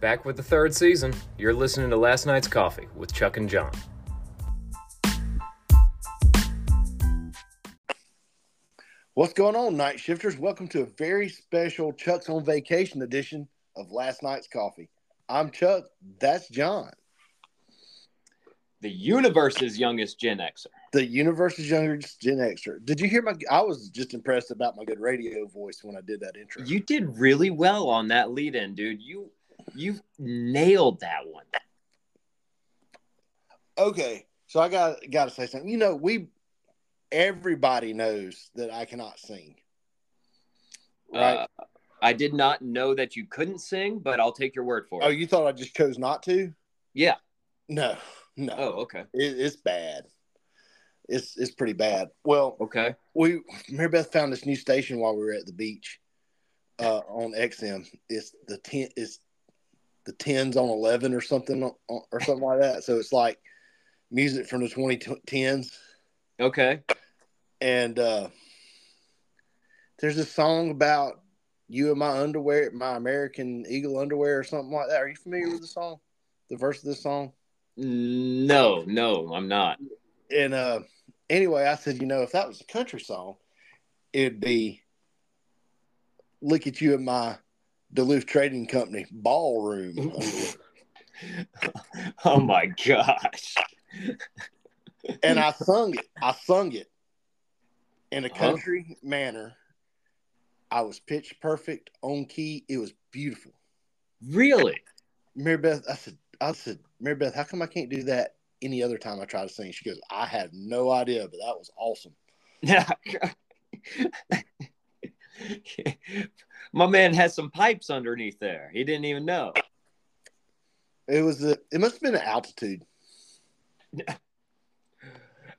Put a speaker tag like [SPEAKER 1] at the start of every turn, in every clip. [SPEAKER 1] back with the third season. You're listening to Last Night's Coffee with Chuck and John.
[SPEAKER 2] What's going on, night shifters? Welcome to a very special Chuck's on Vacation edition of Last Night's Coffee. I'm Chuck. That's John.
[SPEAKER 3] The universe's youngest Gen Xer.
[SPEAKER 2] The universe's youngest Gen Xer. Did you hear my? I was just impressed about my good radio voice when I did that intro.
[SPEAKER 3] You did really well on that lead in, dude. You you nailed that one.
[SPEAKER 2] okay, so I got got to say something. You know, we everybody knows that I cannot sing. Right?
[SPEAKER 3] Uh, I did not know that you couldn't sing, but I'll take your word for it.
[SPEAKER 2] oh, you thought I just chose not to?
[SPEAKER 3] Yeah.
[SPEAKER 2] No, no.
[SPEAKER 3] Oh, okay.
[SPEAKER 2] It, it's bad. It's it's pretty bad. Well,
[SPEAKER 3] Okay.
[SPEAKER 2] we Mary Beth found this new station while we were at the beach uh, on XM. It's the ten. It's the tens on eleven or something on- or something like that. So it's like music from the twenty tens.
[SPEAKER 3] Okay.
[SPEAKER 2] And uh, there's a song about you and my underwear, my American Eagle underwear or something like that. Are you familiar with the song? The verse of this song?
[SPEAKER 3] No, no, I'm not.
[SPEAKER 2] and uh anyway i said you know if that was a country song it'd be look at you in my duluth trading company ballroom
[SPEAKER 3] oh my gosh.
[SPEAKER 2] and i sung it i sung it in a
[SPEAKER 3] Uh-huh.
[SPEAKER 2] country manner i was pitch perfect on key it was beautiful
[SPEAKER 3] Really?
[SPEAKER 2] mary beth i said i said mary beth how come i can't do that any other time i try to sing she goes i have no idea but that was awesome
[SPEAKER 3] my man has some pipes underneath there. He didn't even know.
[SPEAKER 2] it was a, it must have been an altitude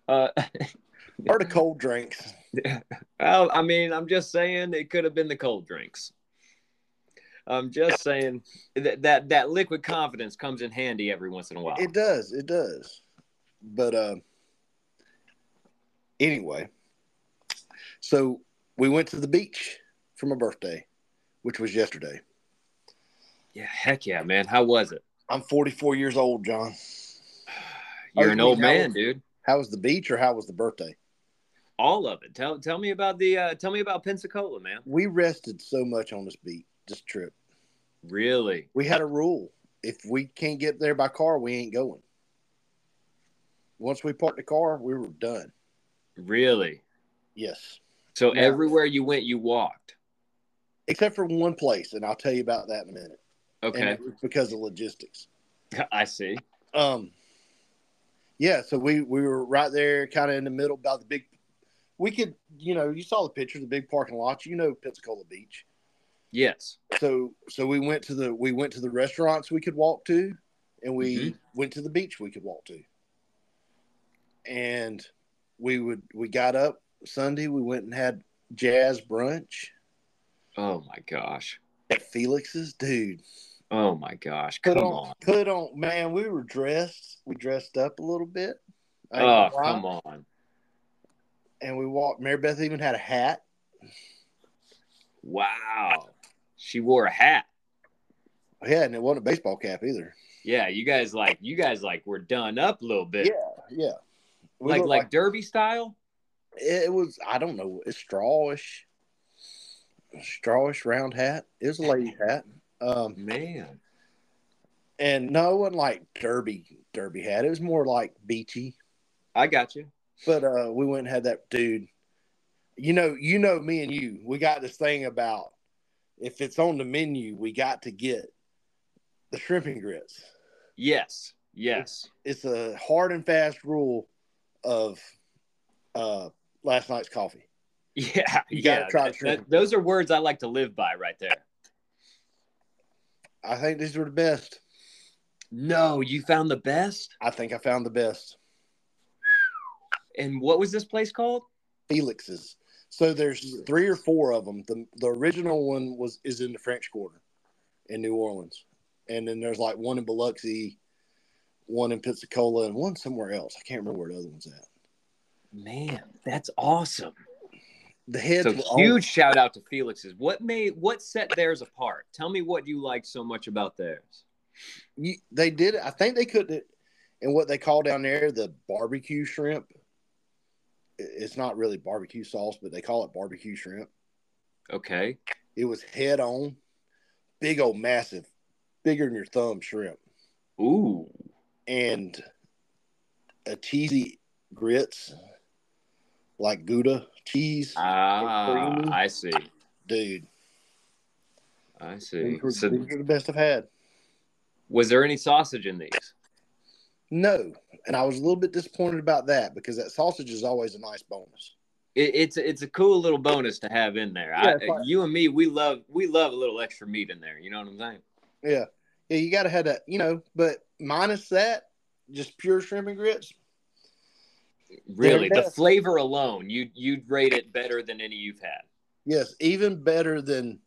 [SPEAKER 3] Uh,
[SPEAKER 2] or the cold drinks
[SPEAKER 3] Well, I mean, I'm just saying it could have been the cold drinks. I'm just saying that that, that liquid confidence comes in handy every once in a while.
[SPEAKER 2] It does. It does. But uh, anyway, so we went to the beach for my birthday, which was yesterday.
[SPEAKER 3] yeah, heck yeah, man. How was it?
[SPEAKER 2] I'm 44 years old, John. Oh,
[SPEAKER 3] You're
[SPEAKER 2] you
[SPEAKER 3] an
[SPEAKER 2] mean
[SPEAKER 3] old
[SPEAKER 2] how
[SPEAKER 3] man,
[SPEAKER 2] was-
[SPEAKER 3] dude.
[SPEAKER 2] How was the beach or how was the birthday?
[SPEAKER 3] All of it. Tell tell me about the uh, tell me about Pensacola, man.
[SPEAKER 2] We rested so much on this beach, this trip.
[SPEAKER 3] Really?
[SPEAKER 2] We had a rule if we can't get there by car, we ain't going. Once we parked the car, we were done.
[SPEAKER 3] Really?
[SPEAKER 2] Yes.
[SPEAKER 3] So
[SPEAKER 2] Yeah.
[SPEAKER 3] everywhere you went, you walked.
[SPEAKER 2] Except for one place, and I'll tell you about that in a minute. And
[SPEAKER 3] Okay.
[SPEAKER 2] it was because of logistics.
[SPEAKER 3] I see.
[SPEAKER 2] um yeah so we we were right there kind of in the middle by the big we could you know you saw the picture the big parking lot you know pensacola beach
[SPEAKER 3] Yes.
[SPEAKER 2] so so we went to the we went to the restaurants we could walk to and we
[SPEAKER 3] Mhm.
[SPEAKER 2] went to the beach we could walk to and we would we got up sunday we went and had jazz brunch
[SPEAKER 3] Oh my gosh.
[SPEAKER 2] at felix's dude
[SPEAKER 3] Oh my gosh.
[SPEAKER 2] put
[SPEAKER 3] Come
[SPEAKER 2] on,
[SPEAKER 3] on.
[SPEAKER 2] put on man we were dressed we dressed up a little bit I ain't
[SPEAKER 3] Oh,
[SPEAKER 2] gonna lie.
[SPEAKER 3] come on.
[SPEAKER 2] and we walked. Mary Beth even had a hat.
[SPEAKER 3] Wow. She wore a hat.
[SPEAKER 2] Yeah, and it wasn't a baseball cap either.
[SPEAKER 3] Yeah, you guys like you guys like were done up a little bit.
[SPEAKER 2] Yeah, We
[SPEAKER 3] like
[SPEAKER 2] looked
[SPEAKER 3] like derby style?
[SPEAKER 2] it was. I don't know. It's strawish, strawish round hat. It was a lady hat. Um,
[SPEAKER 3] Man.
[SPEAKER 2] and no, it wasn't like derby derby hat. It was more like beachy.
[SPEAKER 3] I got you.
[SPEAKER 2] But uh, we went and had that dude. You know, you know, me and you, we got this thing about if it's on the menu, we got to get the shrimp and grits.
[SPEAKER 3] Yes. Yes.
[SPEAKER 2] it's a hard and fast rule of uh last night's coffee.
[SPEAKER 3] Yeah.
[SPEAKER 2] You
[SPEAKER 3] yeah.
[SPEAKER 2] gotta try
[SPEAKER 3] Th-
[SPEAKER 2] to drink.
[SPEAKER 3] th- those are words I like to live by right there.
[SPEAKER 2] I think these were the best.
[SPEAKER 3] No, you found the best?
[SPEAKER 2] I think I found the best.
[SPEAKER 3] And what was this place called?
[SPEAKER 2] Felix's. So there's three or four of them. The the original one was is in the French Quarter in New Orleans. And then there's like one in Biloxi, one in Pensacola, and one somewhere else. I can't remember where the other one's at.
[SPEAKER 3] Man, that's awesome.
[SPEAKER 2] The heads
[SPEAKER 3] So
[SPEAKER 2] were on-
[SPEAKER 3] huge shout out to Felix's. What made what set theirs apart? Tell me what you like so much about theirs.
[SPEAKER 2] you, they did. I think they cooked it in what they call down there the barbecue shrimp. I- It's not really barbecue sauce, but they call it barbecue shrimp.
[SPEAKER 3] Okay.
[SPEAKER 2] It was head on, big old massive, bigger than your thumb shrimp,
[SPEAKER 3] Ooh.
[SPEAKER 2] and a cheesy grits like Gouda cheese,
[SPEAKER 3] Ah,
[SPEAKER 2] creamy.
[SPEAKER 3] I see.
[SPEAKER 2] dude.
[SPEAKER 3] I see.
[SPEAKER 2] These were,
[SPEAKER 3] So,
[SPEAKER 2] these were the best I've had.
[SPEAKER 3] was there any sausage in these?
[SPEAKER 2] No, and I was a little bit disappointed about that because that sausage is always a nice bonus.
[SPEAKER 3] It, it's it's a cool little bonus to have in there.
[SPEAKER 2] Yeah,
[SPEAKER 3] I,
[SPEAKER 2] it's like-
[SPEAKER 3] you and me, we love we love a little extra meat in there. You know what I'm saying?
[SPEAKER 2] Yeah, yeah, you got to have that, you know. But minus that, just pure shrimp and grits.
[SPEAKER 3] Really, the
[SPEAKER 2] best.
[SPEAKER 3] flavor alone, you you'd rate it better than any you've had.
[SPEAKER 2] Yes, even better than.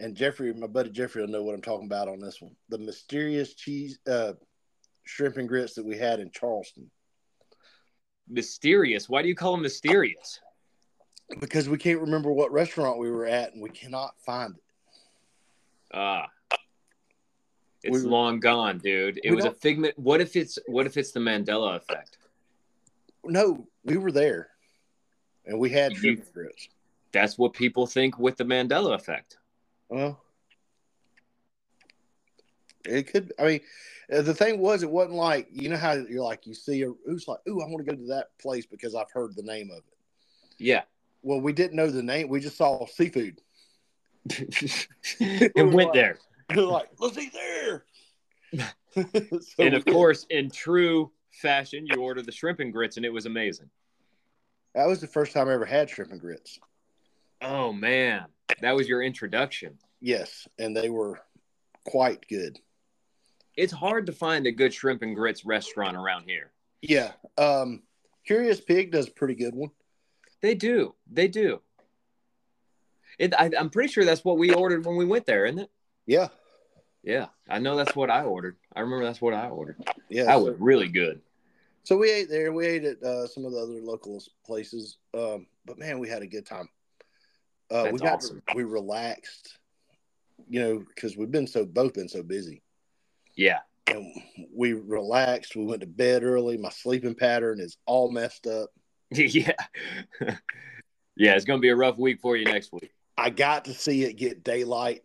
[SPEAKER 2] And Jeffrey, my buddy Jeffrey, will know what I'm talking about on this one. The mysterious cheese, uh, shrimp and grits that we had in Charleston
[SPEAKER 3] Mysterious. Why do you call them mysterious?
[SPEAKER 2] because we can't remember what restaurant we were at and we cannot find it.
[SPEAKER 3] Ah, it's
[SPEAKER 2] We-
[SPEAKER 3] long gone, dude. It
[SPEAKER 2] We
[SPEAKER 3] was a
[SPEAKER 2] don't-
[SPEAKER 3] figment. What if it's what if it's the Mandela effect?
[SPEAKER 2] No, we were there, and we had
[SPEAKER 3] You-
[SPEAKER 2] shrimp and grits.
[SPEAKER 3] That's what people think with the Mandela effect.
[SPEAKER 2] Well, it could. I mean, uh, the thing was, it wasn't like you know how you're like you see a who's like, "Ooh, I want to go to that place because I've heard the name of it."
[SPEAKER 3] Yeah,
[SPEAKER 2] Well, we didn't know the name; we just saw seafood.
[SPEAKER 3] it went there.
[SPEAKER 2] We're like, let's eat there. So
[SPEAKER 3] and
[SPEAKER 2] we
[SPEAKER 3] of
[SPEAKER 2] did.
[SPEAKER 3] course, in true fashion, you order the shrimp and grits, and it was amazing.
[SPEAKER 2] that was the first time I ever had shrimp and grits.
[SPEAKER 3] Oh man, that was your introduction.
[SPEAKER 2] Yes, and they were quite good.
[SPEAKER 3] It's hard to find a good shrimp and grits restaurant around here.
[SPEAKER 2] Yeah, um, Curious Pig does a pretty good one.
[SPEAKER 3] They do, they do. It, I, I'm pretty sure that's what we ordered when we went there, isn't it?
[SPEAKER 2] Yeah,
[SPEAKER 3] Yeah, I know that's what I ordered. I remember that's what I ordered.
[SPEAKER 2] yeah.
[SPEAKER 3] That
[SPEAKER 2] so-
[SPEAKER 3] was really good.
[SPEAKER 2] So we ate there. We ate at uh, some of the other local places, um, but man, we had a good time. Uh, we
[SPEAKER 3] That's
[SPEAKER 2] got
[SPEAKER 3] awesome.
[SPEAKER 2] we relaxed, you know, because we've been so both been so busy,
[SPEAKER 3] Yeah,
[SPEAKER 2] and we relaxed. We went to bed early. My sleeping pattern is all messed up.
[SPEAKER 3] yeah, yeah. It's gonna be a rough week for you next week,
[SPEAKER 2] I got to see it get daylight.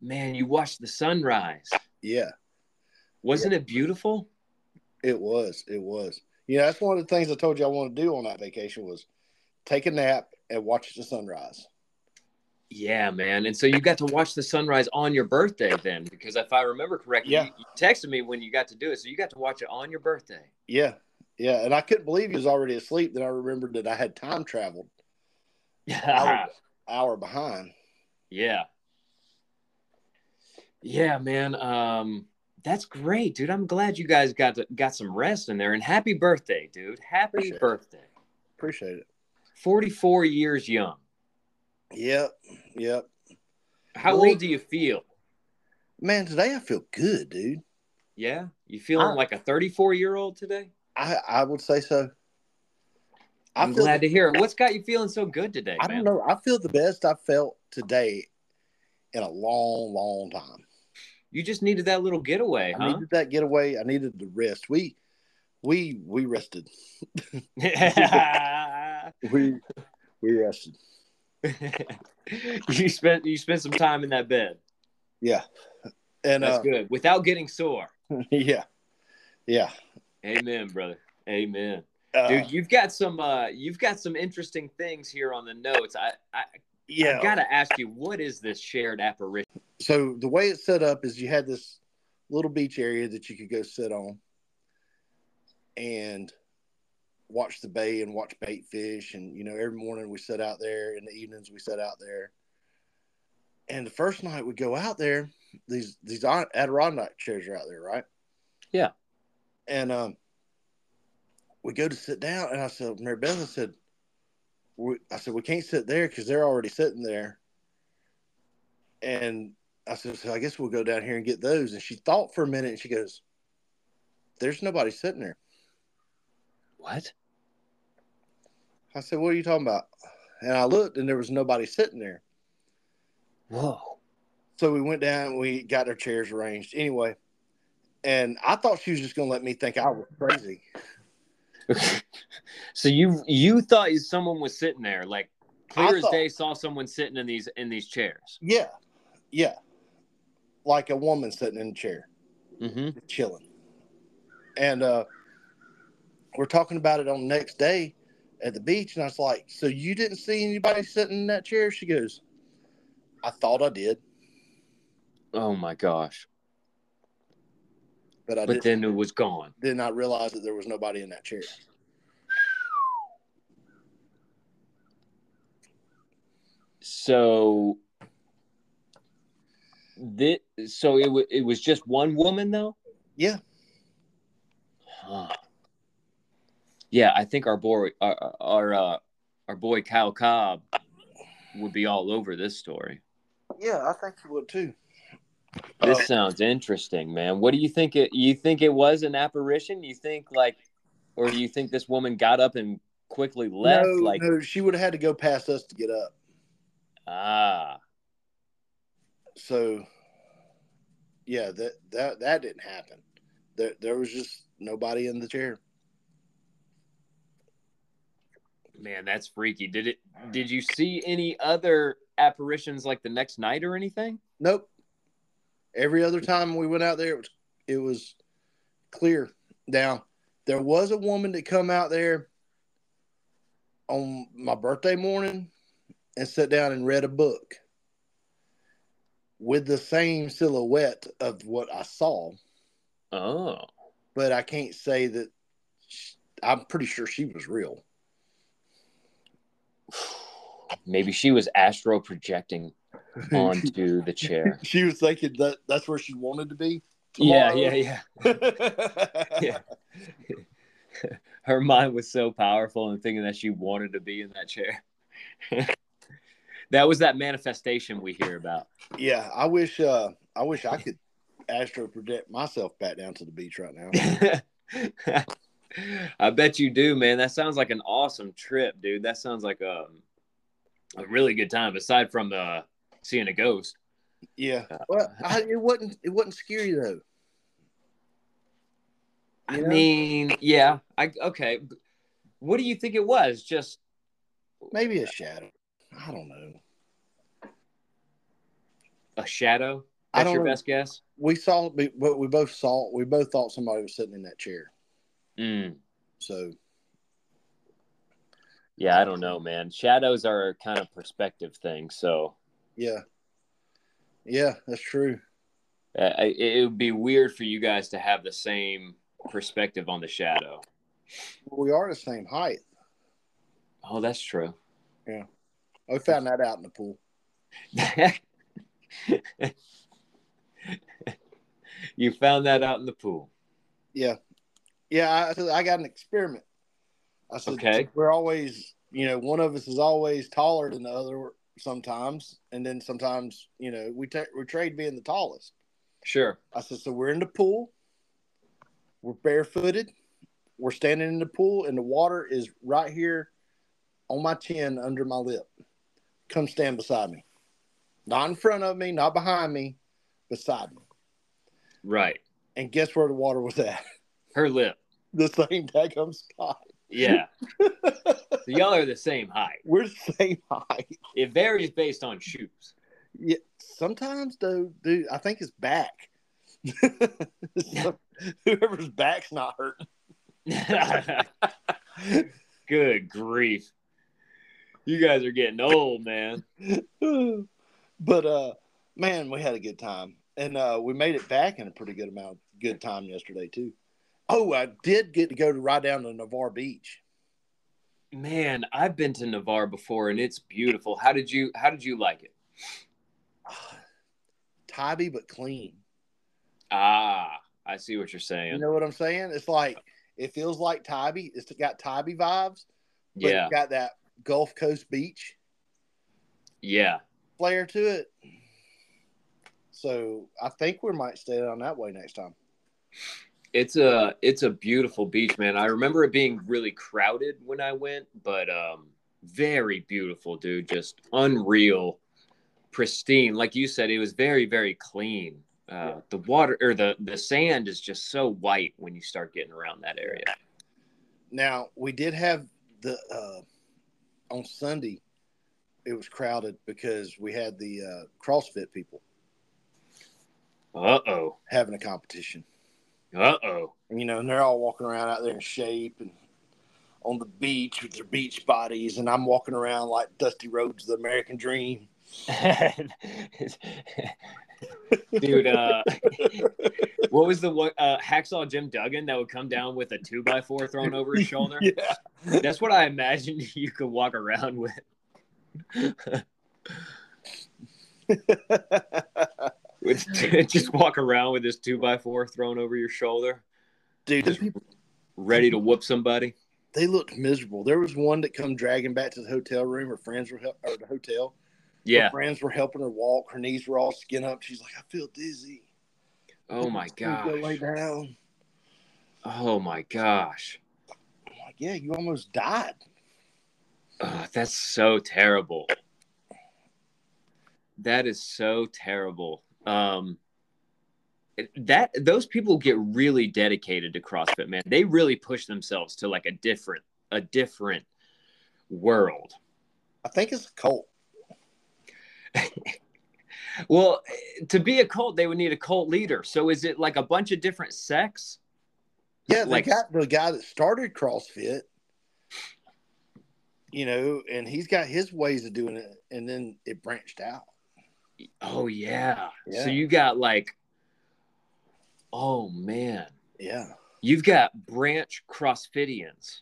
[SPEAKER 3] man. You watched the sunrise.
[SPEAKER 2] Yeah,
[SPEAKER 3] Wasn't it beautiful?
[SPEAKER 2] it was. It was. You know, that's one of the things I told you I want to do on that vacation was take a nap and watch the sunrise.
[SPEAKER 3] Yeah, man. And so you got to watch the sunrise on your birthday then, because if I remember correctly,
[SPEAKER 2] Yeah.
[SPEAKER 3] you, you texted me when you got to do it. So you got to watch it on your birthday.
[SPEAKER 2] Yeah, yeah. And I couldn't believe he was already asleep. Then I remembered that I had time traveled.
[SPEAKER 3] yeah.
[SPEAKER 2] hour behind.
[SPEAKER 3] Yeah, man. Um, that's great, dude. I'm glad you guys got to, got some rest in there. And happy birthday, dude. Happy
[SPEAKER 2] Appreciate it.
[SPEAKER 3] birthday.
[SPEAKER 2] Appreciate it.
[SPEAKER 3] 44 years young.
[SPEAKER 2] Yep. Yep.
[SPEAKER 3] How
[SPEAKER 2] Really?
[SPEAKER 3] old do you feel?
[SPEAKER 2] Man, today I feel good, dude.
[SPEAKER 3] Yeah. You feeling
[SPEAKER 2] I-
[SPEAKER 3] like a 34 year old today?
[SPEAKER 2] I, I would say so. I
[SPEAKER 3] I'm
[SPEAKER 2] feel
[SPEAKER 3] glad to hear it. What's got you feeling so good today,
[SPEAKER 2] I
[SPEAKER 3] man?
[SPEAKER 2] don't know. I feel the best I've felt today in a long, long time.
[SPEAKER 3] You just needed that little getaway,
[SPEAKER 2] I
[SPEAKER 3] huh?
[SPEAKER 2] needed that getaway. I needed the rest. We we we rested.
[SPEAKER 3] you
[SPEAKER 2] We we rested.
[SPEAKER 3] spent you spent some time in that bed.
[SPEAKER 2] Yeah. And
[SPEAKER 3] That's
[SPEAKER 2] uh,
[SPEAKER 3] good. Without getting sore.
[SPEAKER 2] yeah. Yeah.
[SPEAKER 3] Amen, brother. Amen.
[SPEAKER 2] Uh,
[SPEAKER 3] Dude, you've got some uh you've got some interesting things here on the notes. I I,
[SPEAKER 2] yeah.
[SPEAKER 3] I gotta ask you, what is this shared apparition?
[SPEAKER 2] so the way it's set up is you had this little beach area that you could go sit on and watch the bay and watch bait fish and you know every morning we sit out there in the evenings we sit out there and the first night we go out there these these adirondack chairs are out there right
[SPEAKER 3] Yeah.
[SPEAKER 2] and um we go to sit down and i said mary beth i said we, i said we can't sit there because they're already sitting there and I said, so I guess we'll go down here and get those. And she thought for a minute and she goes, There's nobody sitting there.
[SPEAKER 3] What?
[SPEAKER 2] I said, What are you talking about? And I looked and there was nobody sitting there.
[SPEAKER 3] Whoa.
[SPEAKER 2] So we went down and we got our chairs arranged anyway. And I thought she was just going to let me think I was crazy.
[SPEAKER 3] so you you thought you- someone was sitting there, like
[SPEAKER 2] I
[SPEAKER 3] clear as
[SPEAKER 2] thought-
[SPEAKER 3] day, saw someone sitting in these in these chairs.
[SPEAKER 2] Yeah. Yeah. Like a woman sitting in a chair.
[SPEAKER 3] Mm-hmm.
[SPEAKER 2] chilling. And uh, we're talking about it on the next day at the beach. And I was like, So you didn't see anybody sitting in that chair? She goes, I thought I did,
[SPEAKER 3] Oh my gosh!
[SPEAKER 2] but I
[SPEAKER 3] But
[SPEAKER 2] didn't.
[SPEAKER 3] then it was gone.
[SPEAKER 2] Then I realized that there was nobody in that chair.
[SPEAKER 3] So this, so it was it was just one woman though.
[SPEAKER 2] Yeah.
[SPEAKER 3] Huh. Yeah, I think our boy our our, uh, our boy Kyle Cobb would be all over this story.
[SPEAKER 2] Yeah, I think you would too.
[SPEAKER 3] This
[SPEAKER 2] Oh. Uh,
[SPEAKER 3] sounds interesting, man. What do you think? It you think it was an apparition? You think like, or do you think this woman got up and quickly left?
[SPEAKER 2] no,
[SPEAKER 3] like
[SPEAKER 2] no, she would have had to go past us to get up.
[SPEAKER 3] ah,
[SPEAKER 2] So, yeah, that that that didn't happen. There, there was just nobody in the chair.
[SPEAKER 3] man, that's freaky. Did it? Did you see any other apparitions like the next night or anything?
[SPEAKER 2] Nope. Every other time we went out there, it was it was clear. Now there was a woman that come out there on my birthday morning and sat down and read a book with the same silhouette of what I saw,
[SPEAKER 3] Oh,
[SPEAKER 2] but I can't say that. sh I'm pretty sure she was real.
[SPEAKER 3] maybe she was astro projecting onto the chair.
[SPEAKER 2] She was thinking that that's where she wanted to be.
[SPEAKER 3] yeah.
[SPEAKER 2] yeah.
[SPEAKER 3] Yeah. Her mind was so powerful and thinking that she wanted to be in that chair. that was that manifestation we hear about.
[SPEAKER 2] Yeah, I wish uh I wish I could astro project myself back down to the beach right now.
[SPEAKER 3] I bet you do, man. That sounds like an awesome trip, dude. That sounds like a a really good time aside from uh seeing a ghost.
[SPEAKER 2] Yeah.
[SPEAKER 3] Uh,
[SPEAKER 2] Well, I, it wasn't it wasn't scary though.
[SPEAKER 3] I
[SPEAKER 2] Yeah.
[SPEAKER 3] mean, yeah. I okay. What do you think it was? Just
[SPEAKER 2] Maybe a shadow. I don't know.
[SPEAKER 3] a shadow?
[SPEAKER 2] I
[SPEAKER 3] That's your
[SPEAKER 2] don't know.
[SPEAKER 3] best guess?
[SPEAKER 2] We saw we, but we both saw we both thought somebody was sitting in that chair.
[SPEAKER 3] Mm.
[SPEAKER 2] So
[SPEAKER 3] Yeah, I don't know, man. Shadows are kind of perspective thing, so
[SPEAKER 2] yeah. Yeah, that's true.
[SPEAKER 3] uh, I- it it would be weird for you guys to have the same perspective on the shadow.
[SPEAKER 2] We are the same height.
[SPEAKER 3] Oh, that's true.
[SPEAKER 2] I found that out in the pool.
[SPEAKER 3] you found that out in the pool.
[SPEAKER 2] Yeah, I, I said- I got an experiment. I said,
[SPEAKER 3] Okay.
[SPEAKER 2] we're always, you know, one of us is always taller than the other sometimes, and then sometimes, you know, we ta we trade being the tallest.
[SPEAKER 3] Sure.
[SPEAKER 2] I said, so we're in the pool, we're barefooted, we're standing in the pool, and the water is right here on my chin, under my lip. Come stand beside me, not in front of me, not behind me, beside me.
[SPEAKER 3] Right.
[SPEAKER 2] And guess where the water was at?
[SPEAKER 3] Her lip.
[SPEAKER 2] The same daggum spot.
[SPEAKER 3] Yeah. so y'all are the same height.
[SPEAKER 2] We're the same height.
[SPEAKER 3] It varies based on shoes.
[SPEAKER 2] Yeah, sometimes though, dude, I think it's back. So, whoever's back's not hurting.
[SPEAKER 3] Good grief. You guys are getting old, man.
[SPEAKER 2] but uh, man, we had a good time, and uh, we made it back in a pretty good amount, good time yesterday too. Oh, I did get to go to ride down to Navarre Beach.
[SPEAKER 3] Man, I've been to Navarre before and it's beautiful. How did you how did you like it?
[SPEAKER 2] Tybee, but clean.
[SPEAKER 3] Ah, I see what you're
[SPEAKER 2] You
[SPEAKER 3] saying.
[SPEAKER 2] know what I'm saying? It's like it feels like Tybee. It's got Tybee vibes, but
[SPEAKER 3] yeah.
[SPEAKER 2] it's got that Gulf Coast beach.
[SPEAKER 3] Yeah.
[SPEAKER 2] flair to it. So I think we might stay down that way next time.
[SPEAKER 3] It's a it's a beautiful beach, man. I remember it being really crowded when I went, but um very beautiful, dude. Just unreal pristine. Like you said, it was very, very clean. Uh, the water or the the sand is just so white when you start getting around that area.
[SPEAKER 2] Now we did have the uh, on Sunday. It was crowded because we had the uh, CrossFit people
[SPEAKER 3] Uh oh.
[SPEAKER 2] having a competition.
[SPEAKER 3] Uh oh.
[SPEAKER 2] You know, and they're all walking around out there in shape and on the beach with their beach bodies, and I'm walking around like Dusty Rhodes, the American Dream.
[SPEAKER 3] Dude, uh, what was the one uh, hacksaw Jim Duggan that would come down with a two by four thrown over his shoulder?
[SPEAKER 2] Yeah,
[SPEAKER 3] That's what I imagined you could walk around with. with just walk around with this two by four thrown over your shoulder,
[SPEAKER 2] dude, those people
[SPEAKER 3] ready to whoop somebody.
[SPEAKER 2] they looked miserable. There was one that come dragging back to the hotel room. Her friends were help or the hotel.
[SPEAKER 3] Yeah.
[SPEAKER 2] Her friends were helping her walk. Her knees were all skin up. She's like, I feel dizzy.
[SPEAKER 3] Oh my
[SPEAKER 2] Can you Go lay
[SPEAKER 3] gosh.
[SPEAKER 2] down.
[SPEAKER 3] Oh my gosh.
[SPEAKER 2] I'm like, yeah, you almost died.
[SPEAKER 3] Ugh, Ah, that's so terrible. That is so terrible. Um, that those people get really dedicated to CrossFit, man. They really push themselves to like a different, a different world.
[SPEAKER 2] I think it's a cult.
[SPEAKER 3] Well, to be a cult, they would need a cult leader. So is it like a bunch of different sects?
[SPEAKER 2] Yeah, they
[SPEAKER 3] Like-
[SPEAKER 2] got the guy that started CrossFit, you know, and he's got his ways of doing it, and then it branched out.
[SPEAKER 3] Oh yeah.
[SPEAKER 2] Yeah.
[SPEAKER 3] So you got like, oh man,
[SPEAKER 2] Yeah.
[SPEAKER 3] you've got branch CrossFitians.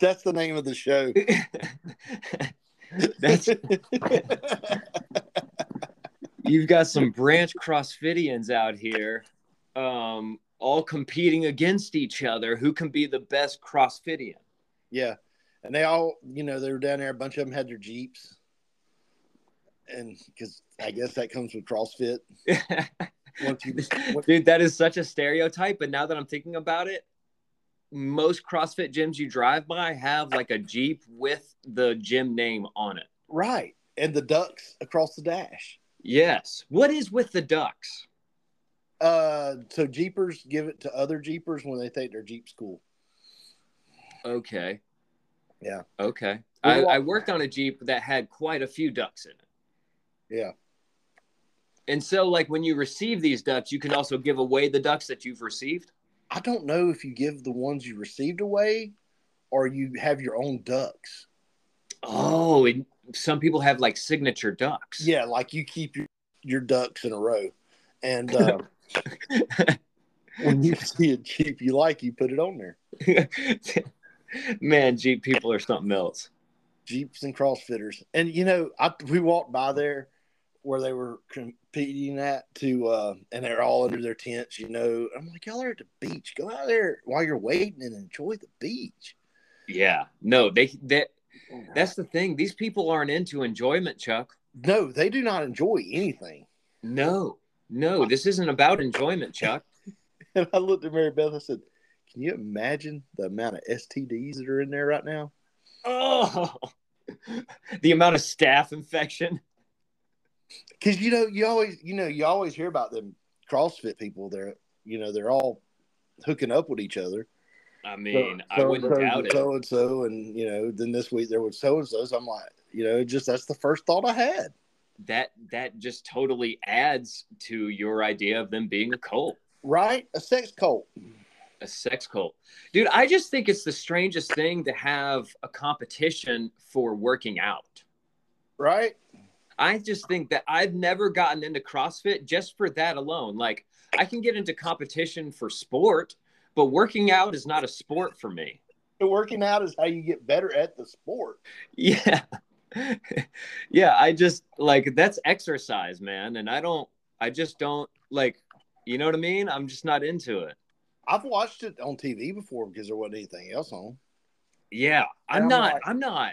[SPEAKER 2] That's the name of the show.
[SPEAKER 3] That's you've got some branch CrossFitians out here, um, all competing against each other. Who can be the best CrossFitian?
[SPEAKER 2] yeah. And they all, you know, they were down there. A bunch of them had their Jeeps. And because I guess that comes with CrossFit. Once you, once-
[SPEAKER 3] Dude, that is such a stereotype. But now that I'm thinking about it, most CrossFit gyms you drive by have like a Jeep with the gym name on it.
[SPEAKER 2] right. And the ducks across the dash.
[SPEAKER 3] Yes. What is with the ducks?
[SPEAKER 2] Uh, so Jeepers give it to other Jeepers when they think their Jeep's cool.
[SPEAKER 3] Okay.
[SPEAKER 2] Yeah.
[SPEAKER 3] Okay.
[SPEAKER 2] We
[SPEAKER 3] I,
[SPEAKER 2] walk-
[SPEAKER 3] I worked on a Jeep that had quite a few ducks in it.
[SPEAKER 2] Yeah.
[SPEAKER 3] And so, like, when you receive these ducks, you can also give away the ducks that you've received.
[SPEAKER 2] I don't know if you give the ones you received away or you have your own ducks.
[SPEAKER 3] Oh, and some people have like signature ducks.
[SPEAKER 2] Yeah, like you keep your, your ducks in a row. And uh, when you see a Jeep you like, you put it on there.
[SPEAKER 3] Man, Jeep people are something else.
[SPEAKER 2] Jeeps and CrossFitters. And, you know, I, we walked by there where they were competing at to, uh, and they're all under their tents, you know. I'm like, y'all are at the beach. Go out there while you're waiting and enjoy the beach.
[SPEAKER 3] Yeah. No, they that that's the thing. These people aren't into enjoyment, Chuck.
[SPEAKER 2] No, they do not enjoy anything.
[SPEAKER 3] No. No, this isn't about enjoyment, Chuck.
[SPEAKER 2] And I looked at Mary Beth. I said, "Can you imagine the amount of STDs that are in there right now?"
[SPEAKER 3] Oh. The amount of staph infection.
[SPEAKER 2] Because you know, you always, you know, you always hear about them CrossFit people. They're, you know, they're all hooking up with each other.
[SPEAKER 3] I mean, I wouldn't doubt it.
[SPEAKER 2] So and so, and you know, then this week there was so and so. So I'm like, you know, just that's the first thought I had.
[SPEAKER 3] that that just totally adds to your idea of them being a cult
[SPEAKER 2] Right, a sex cult.
[SPEAKER 3] a sex cult dude i just think it's the strangest thing to have a competition for working out
[SPEAKER 2] Right.
[SPEAKER 3] i just think that i've never gotten into crossfit just for that alone like i can get into competition for sport but working out is not a sport for me
[SPEAKER 2] And working out is how you get better at the sport.
[SPEAKER 3] yeah yeah i just like that's exercise man and i don't i just don't like you know what i mean i'm just not into it
[SPEAKER 2] I've watched it on TV before because there wasn't anything else on.
[SPEAKER 3] Yeah,
[SPEAKER 2] And
[SPEAKER 3] I'm
[SPEAKER 2] I'm
[SPEAKER 3] not.
[SPEAKER 2] like-
[SPEAKER 3] I'm not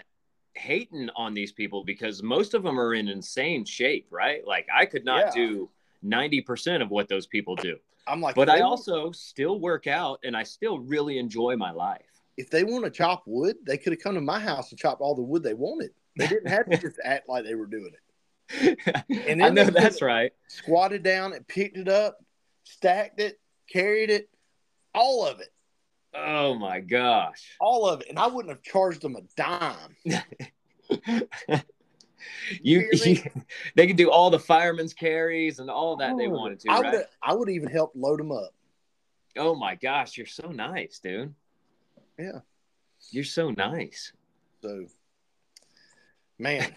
[SPEAKER 3] hating on these people because most of them are in insane shape, right? Like I could not
[SPEAKER 2] Yeah.
[SPEAKER 3] do ninety percent of what those people do,
[SPEAKER 2] I'm like,
[SPEAKER 3] but I
[SPEAKER 2] "Really?"
[SPEAKER 3] also still work out and I still really enjoy my life.
[SPEAKER 2] if they want to chop wood, they could have come to my house and chopped all the wood they wanted. They didn't have to just act like they were doing it.
[SPEAKER 3] and
[SPEAKER 2] And
[SPEAKER 3] I
[SPEAKER 2] then
[SPEAKER 3] know
[SPEAKER 2] they-
[SPEAKER 3] that's right.
[SPEAKER 2] Squatted down and picked it up, stacked it, carried it, all of it,
[SPEAKER 3] Oh my gosh.
[SPEAKER 2] all of it. And I wouldn't have charged them a dime.
[SPEAKER 3] You,
[SPEAKER 2] Really?
[SPEAKER 3] they could do all the fireman's carries and all that they
[SPEAKER 2] Oh,
[SPEAKER 3] wanted to,
[SPEAKER 2] I
[SPEAKER 3] right?
[SPEAKER 2] would have, I would even help load them up.
[SPEAKER 3] Oh my gosh, you're so nice, dude.
[SPEAKER 2] Yeah.
[SPEAKER 3] You're so nice.
[SPEAKER 2] So, man,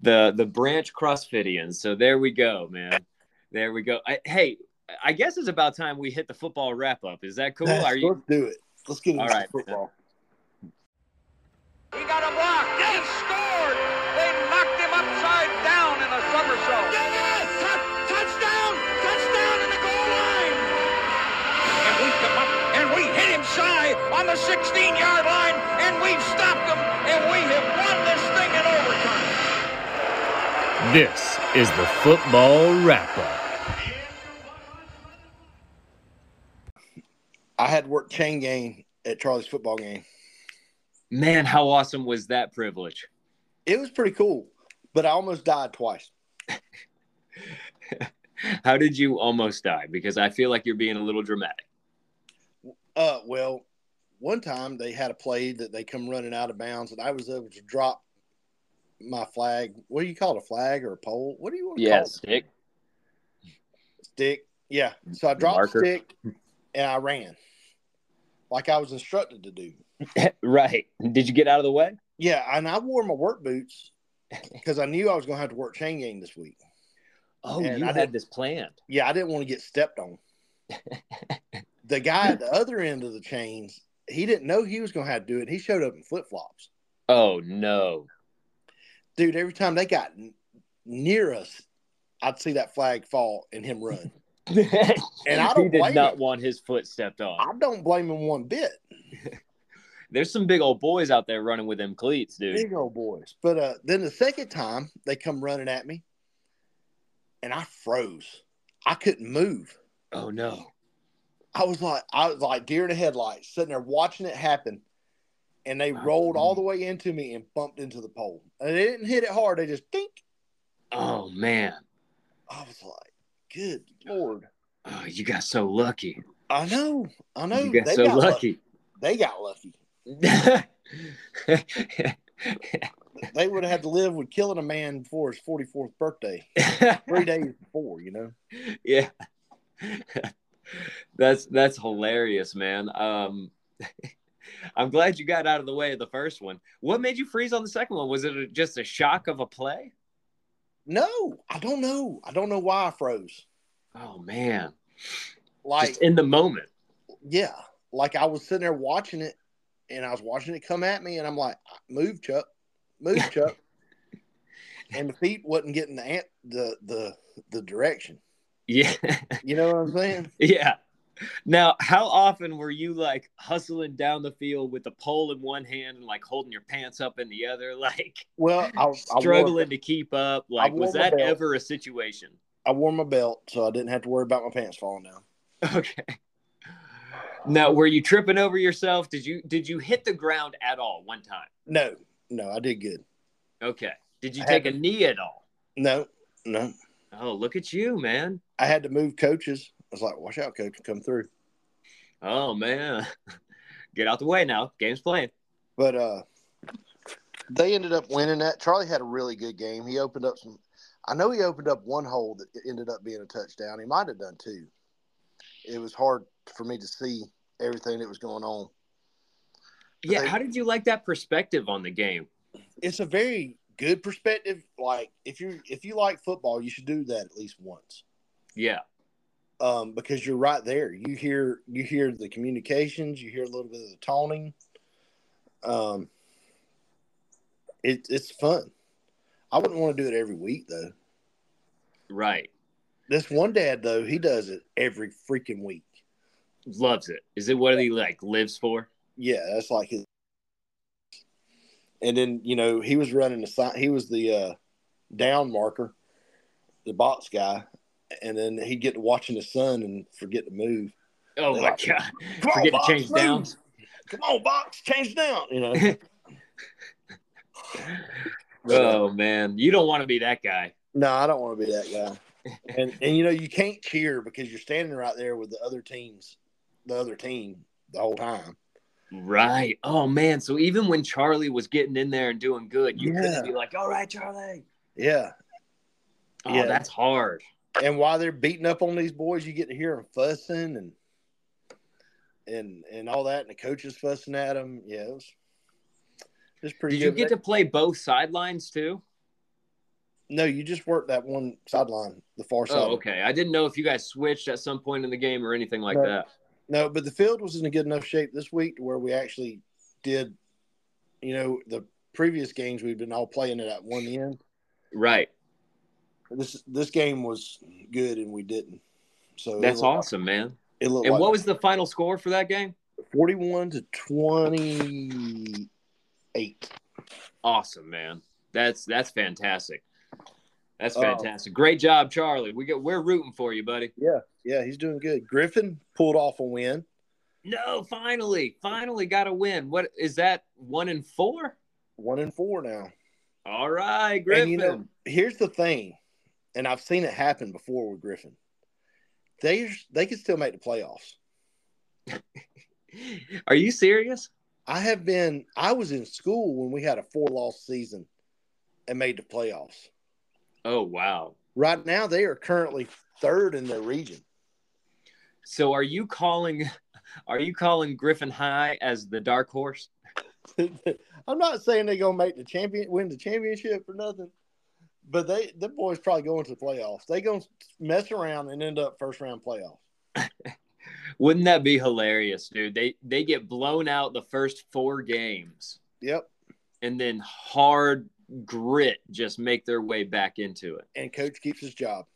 [SPEAKER 3] the the branch CrossFitians. So there we go, man. There we go. I, hey, I guess it's about time we hit the football wrap up. Is that cool?
[SPEAKER 2] let's
[SPEAKER 3] Are you
[SPEAKER 2] do it. Let's get into
[SPEAKER 3] All right.
[SPEAKER 2] football.
[SPEAKER 4] He got a block. He scored. They knocked him upside down in a somersault. Touchdown! Touchdown in the goal line. And we come up and we hit him shy on the 16-yard line, and we've stopped him, and we have won this thing in overtime.
[SPEAKER 5] This is the football wrap up.
[SPEAKER 2] I had to work chain gang at Charlie's football game.
[SPEAKER 3] man, how awesome was that privilege?
[SPEAKER 2] It was pretty cool, but I almost died twice.
[SPEAKER 3] How did you almost die? Because I feel like you're being a little dramatic.
[SPEAKER 2] Uh, well, one time they had a play that they come running out of bounds, and I was able to drop my flag. What do you call it? A flag or a pole? What do you want to
[SPEAKER 3] Yes,
[SPEAKER 2] call
[SPEAKER 3] Dick.
[SPEAKER 2] it? Stick. Yeah. So I dropped
[SPEAKER 3] Marker.
[SPEAKER 2] the stick and I ran like I was instructed to do.
[SPEAKER 3] right. Did you get out of the way?
[SPEAKER 2] Yeah, and I wore my work boots because I knew I was going to have to work chain gang this week.
[SPEAKER 3] Oh,
[SPEAKER 2] Man,
[SPEAKER 3] you
[SPEAKER 2] I
[SPEAKER 3] had
[SPEAKER 2] didn't-
[SPEAKER 3] this planned.
[SPEAKER 2] Yeah, I didn't want to get stepped on. the guy at the other end of the chains, he didn't know he was going to have to do it. He showed up in flip flops.
[SPEAKER 3] Oh no.
[SPEAKER 2] Dude, every time they got n- near us, I'd see that flag fall and him run. And I
[SPEAKER 3] he
[SPEAKER 2] don't
[SPEAKER 3] did
[SPEAKER 2] blame
[SPEAKER 3] not
[SPEAKER 2] him.
[SPEAKER 3] want his foot stepped on.
[SPEAKER 2] I don't blame him one bit.
[SPEAKER 3] There's some big old boys out there running with them cleats, dude.
[SPEAKER 2] Big old boys. But uh, then the second time, they come running at me and I froze. I couldn't move.
[SPEAKER 3] Oh no.
[SPEAKER 2] I was like, I was like deer in the headlights, sitting there watching it happen. And they
[SPEAKER 3] Wow.
[SPEAKER 2] rolled all the way into me and bumped into the pole. And they didn't hit it hard. They just think.
[SPEAKER 3] Oh man.
[SPEAKER 2] I was like, good lord.
[SPEAKER 3] Oh, you got so lucky.
[SPEAKER 2] I know. I know.
[SPEAKER 3] you got so lucky.
[SPEAKER 2] They got lucky. They would have had to live with killing a man before his 44th birthday, three days before, you know?
[SPEAKER 3] yeah. that's that's hilarious, man. Um I'm glad you got out of the way of the first one. What made you freeze on the second one? Was it a, just a shock of a play?
[SPEAKER 2] No, I don't know. I don't know why I froze.
[SPEAKER 3] Oh man.
[SPEAKER 2] Like,
[SPEAKER 3] just in the moment.
[SPEAKER 2] yeah. Like I was sitting there watching it and I was watching it come at me and I'm like, move Chuck, move Chuck. and the feet wasn't getting the ant- the the the direction.
[SPEAKER 3] Yeah.
[SPEAKER 2] You know what I'm saying?
[SPEAKER 3] yeah. Now, how often were you like hustling down the field with the pole in one hand and like holding your pants up in the other, like
[SPEAKER 2] Well, I, I
[SPEAKER 3] struggling
[SPEAKER 2] Wore,
[SPEAKER 3] to keep up? Like,
[SPEAKER 2] wore
[SPEAKER 3] was
[SPEAKER 2] my
[SPEAKER 3] that
[SPEAKER 2] belt.
[SPEAKER 3] ever a situation?
[SPEAKER 2] I wore my belt, so I didn't have to worry about my pants falling down.
[SPEAKER 3] Okay. Now, were you tripping over yourself? Did you did you hit the ground at all one time?
[SPEAKER 2] No, no, I did good.
[SPEAKER 3] Okay. Did you
[SPEAKER 2] I
[SPEAKER 3] take a knee at all?
[SPEAKER 2] No, no,
[SPEAKER 3] Oh, look at you, man.
[SPEAKER 2] I had to move coaches. I was like, watch out, coach, come through.
[SPEAKER 3] Oh man. Get out the way now. Game's playing.
[SPEAKER 2] But uh, they ended up winning that. Charlie had a really good game. He opened up some. I know he opened up one hole that ended up being a touchdown. He might have done two. It was hard for me to see everything that was going on.
[SPEAKER 3] Yeah,
[SPEAKER 2] They-
[SPEAKER 3] how did you like that perspective on the game?
[SPEAKER 2] It's a very good perspective. Like if you if you like football, you should do that at least once.
[SPEAKER 3] Yeah.
[SPEAKER 2] Um, because you're right there. You hear you hear the communications. You hear a little bit of the toning. Um, it, it's fun. I wouldn't want to do it every week though.
[SPEAKER 3] Right.
[SPEAKER 2] This one dad though, he does it every freaking week.
[SPEAKER 3] loves it. Is it what he like lives for?
[SPEAKER 2] Yeah, that's like his. And then you know he was running the side. He was the uh, down marker, the box guy, and then he'd get to watching his son and forget to move.
[SPEAKER 3] Oh my god!
[SPEAKER 2] Come on,
[SPEAKER 3] Forget to
[SPEAKER 2] box,
[SPEAKER 3] change
[SPEAKER 2] move.
[SPEAKER 3] down.
[SPEAKER 2] Come on, box, change down. You know,
[SPEAKER 3] Oh man, you don't want to be that guy.
[SPEAKER 2] no, I don't want to be that guy. And and you know, you can't cheer because you're standing right there with the other teams, the other team the whole time.
[SPEAKER 3] Right. Oh man. So even when Charlie was getting in there and doing good, you
[SPEAKER 2] Yeah.
[SPEAKER 3] couldn't be like, "All right, Charlie."
[SPEAKER 2] Yeah.
[SPEAKER 3] Oh,
[SPEAKER 2] Yeah.
[SPEAKER 3] that's hard.
[SPEAKER 2] And while they're beating up on these boys, you get to hear them fussing and and and all that, and the coaches fussing at them. Yeah, it was, it's pretty
[SPEAKER 3] Did you
[SPEAKER 2] good.
[SPEAKER 3] get to play both sidelines too?
[SPEAKER 2] no, you just worked that one sideline, the far side.
[SPEAKER 3] Oh, okay. I didn't know if you guys switched at some point in the game or anything like
[SPEAKER 2] No.
[SPEAKER 3] that.
[SPEAKER 2] No, but the field was in a good enough shape this week to where we actually did, you know, the previous games we've been all playing it at one end.
[SPEAKER 3] Right.
[SPEAKER 2] This this game was good and we didn't. So it
[SPEAKER 3] That's
[SPEAKER 2] looked-
[SPEAKER 3] awesome, man.
[SPEAKER 2] It looked
[SPEAKER 3] And
[SPEAKER 2] like
[SPEAKER 3] what was the final score for that game?
[SPEAKER 2] forty-one to twenty-eight.
[SPEAKER 3] Awesome, man. That's that's fantastic. That's
[SPEAKER 2] Oh.
[SPEAKER 3] fantastic. Great job, Charlie. We get we're rooting for you, buddy.
[SPEAKER 2] Yeah, he's doing good. Griffin pulled off a win.
[SPEAKER 3] No, finally, finally got a win. What is that? One and four.
[SPEAKER 2] One and four now.
[SPEAKER 3] All right, Griffin.
[SPEAKER 2] And you know, here's the thing, and I've seen it happen before with Griffin. They they can still make the playoffs.
[SPEAKER 3] Are you serious?
[SPEAKER 2] I have been. I was in school when we had a four loss season and made the playoffs.
[SPEAKER 3] Oh wow.
[SPEAKER 2] Right now, they are currently third in their region.
[SPEAKER 3] So are you calling? Are you calling Griffin High as the dark horse?
[SPEAKER 2] I'm not saying they're gonna make the champion, win the championship or nothing, but they the boys probably going to the playoffs. They gonna mess around and end up first round playoffs.
[SPEAKER 3] Wouldn't that be hilarious, dude? They they get blown out the first four games,
[SPEAKER 2] Yep.
[SPEAKER 3] and then hard grit just make their way back into it.
[SPEAKER 2] And coach keeps his job.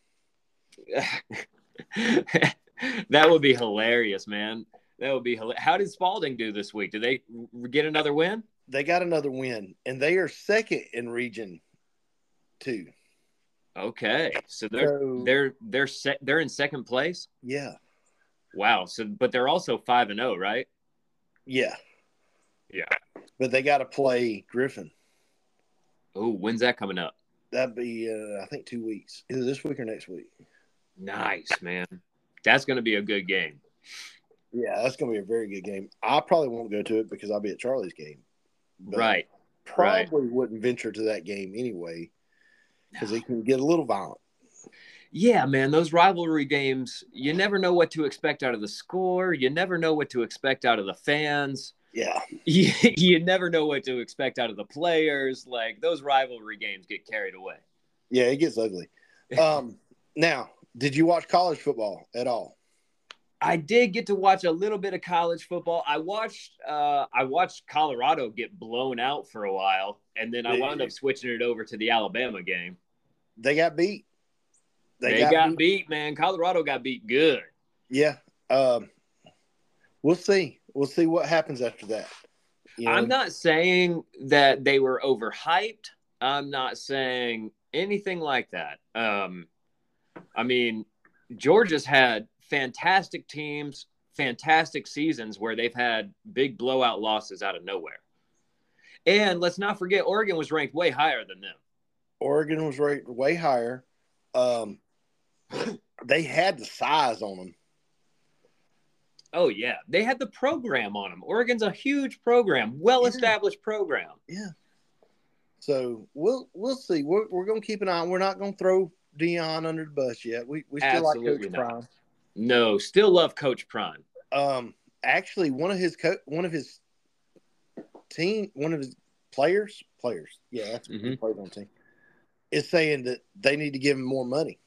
[SPEAKER 3] that would be hilarious, man. That would be hilarious. How did Spalding do this week? Did they r- get another win?
[SPEAKER 2] They got another win, and they are second in region two.
[SPEAKER 3] Okay, so they're
[SPEAKER 2] So-
[SPEAKER 3] they're they're se- they're in second place.
[SPEAKER 2] Yeah.
[SPEAKER 3] Wow. So, but they're also five and zero, right?
[SPEAKER 2] Yeah.
[SPEAKER 3] Yeah.
[SPEAKER 2] But they got to play Griffin.
[SPEAKER 3] Oh, when's that coming up?
[SPEAKER 2] That'd be, uh, I think, two weeks. Either this week or next week.
[SPEAKER 3] Nice, man. That's going to be a good game.
[SPEAKER 2] Yeah, that's going to be a very good game. I probably won't go to it because I'll be at Charlie's game. But
[SPEAKER 3] right. right.
[SPEAKER 2] Probably wouldn't venture to that game anyway because it can get a little violent.
[SPEAKER 3] Yeah, man, those rivalry games, you never know what to expect out of the score. You never know what to expect out of the fans.
[SPEAKER 2] Yeah.
[SPEAKER 3] You, you never know what to expect out of the players. Like those rivalry games get carried away.
[SPEAKER 2] Yeah, it gets ugly. Um, now, did you watch college football at all?
[SPEAKER 3] I did get to watch a little bit of college football. I watched uh, I watched Colorado get blown out for a while, and then I
[SPEAKER 2] Yeah.
[SPEAKER 3] wound up switching it over to the Alabama game.
[SPEAKER 2] They got beat.
[SPEAKER 3] They, got, beat. man. Colorado got beat good.
[SPEAKER 2] Yeah. Um, we'll see. We'll see what happens after that. You know?
[SPEAKER 3] I'm not saying that they were overhyped. I'm not saying anything like that. Um, I mean, Georgia's had fantastic teams, fantastic seasons where they've had big blowout losses out of nowhere. And let's not forget, Oregon was ranked way higher than them.
[SPEAKER 2] Oregon was ranked way higher. Um, they had the size on them.
[SPEAKER 3] Oh, yeah. They had the program on them. Oregon's a huge program, well established program.
[SPEAKER 2] So we'll we'll see. We're, we're going to keep an eye. on- We're not going to throw Dion under the bus yet. We we still
[SPEAKER 3] Absolutely
[SPEAKER 2] like Coach
[SPEAKER 3] not. No, still love Coach Prime.
[SPEAKER 2] Prime. Um, actually, one of his co- one of his team, one of his players, players, yeah, that's
[SPEAKER 3] Mhm.
[SPEAKER 2] players on the team, is saying that they need to give him more money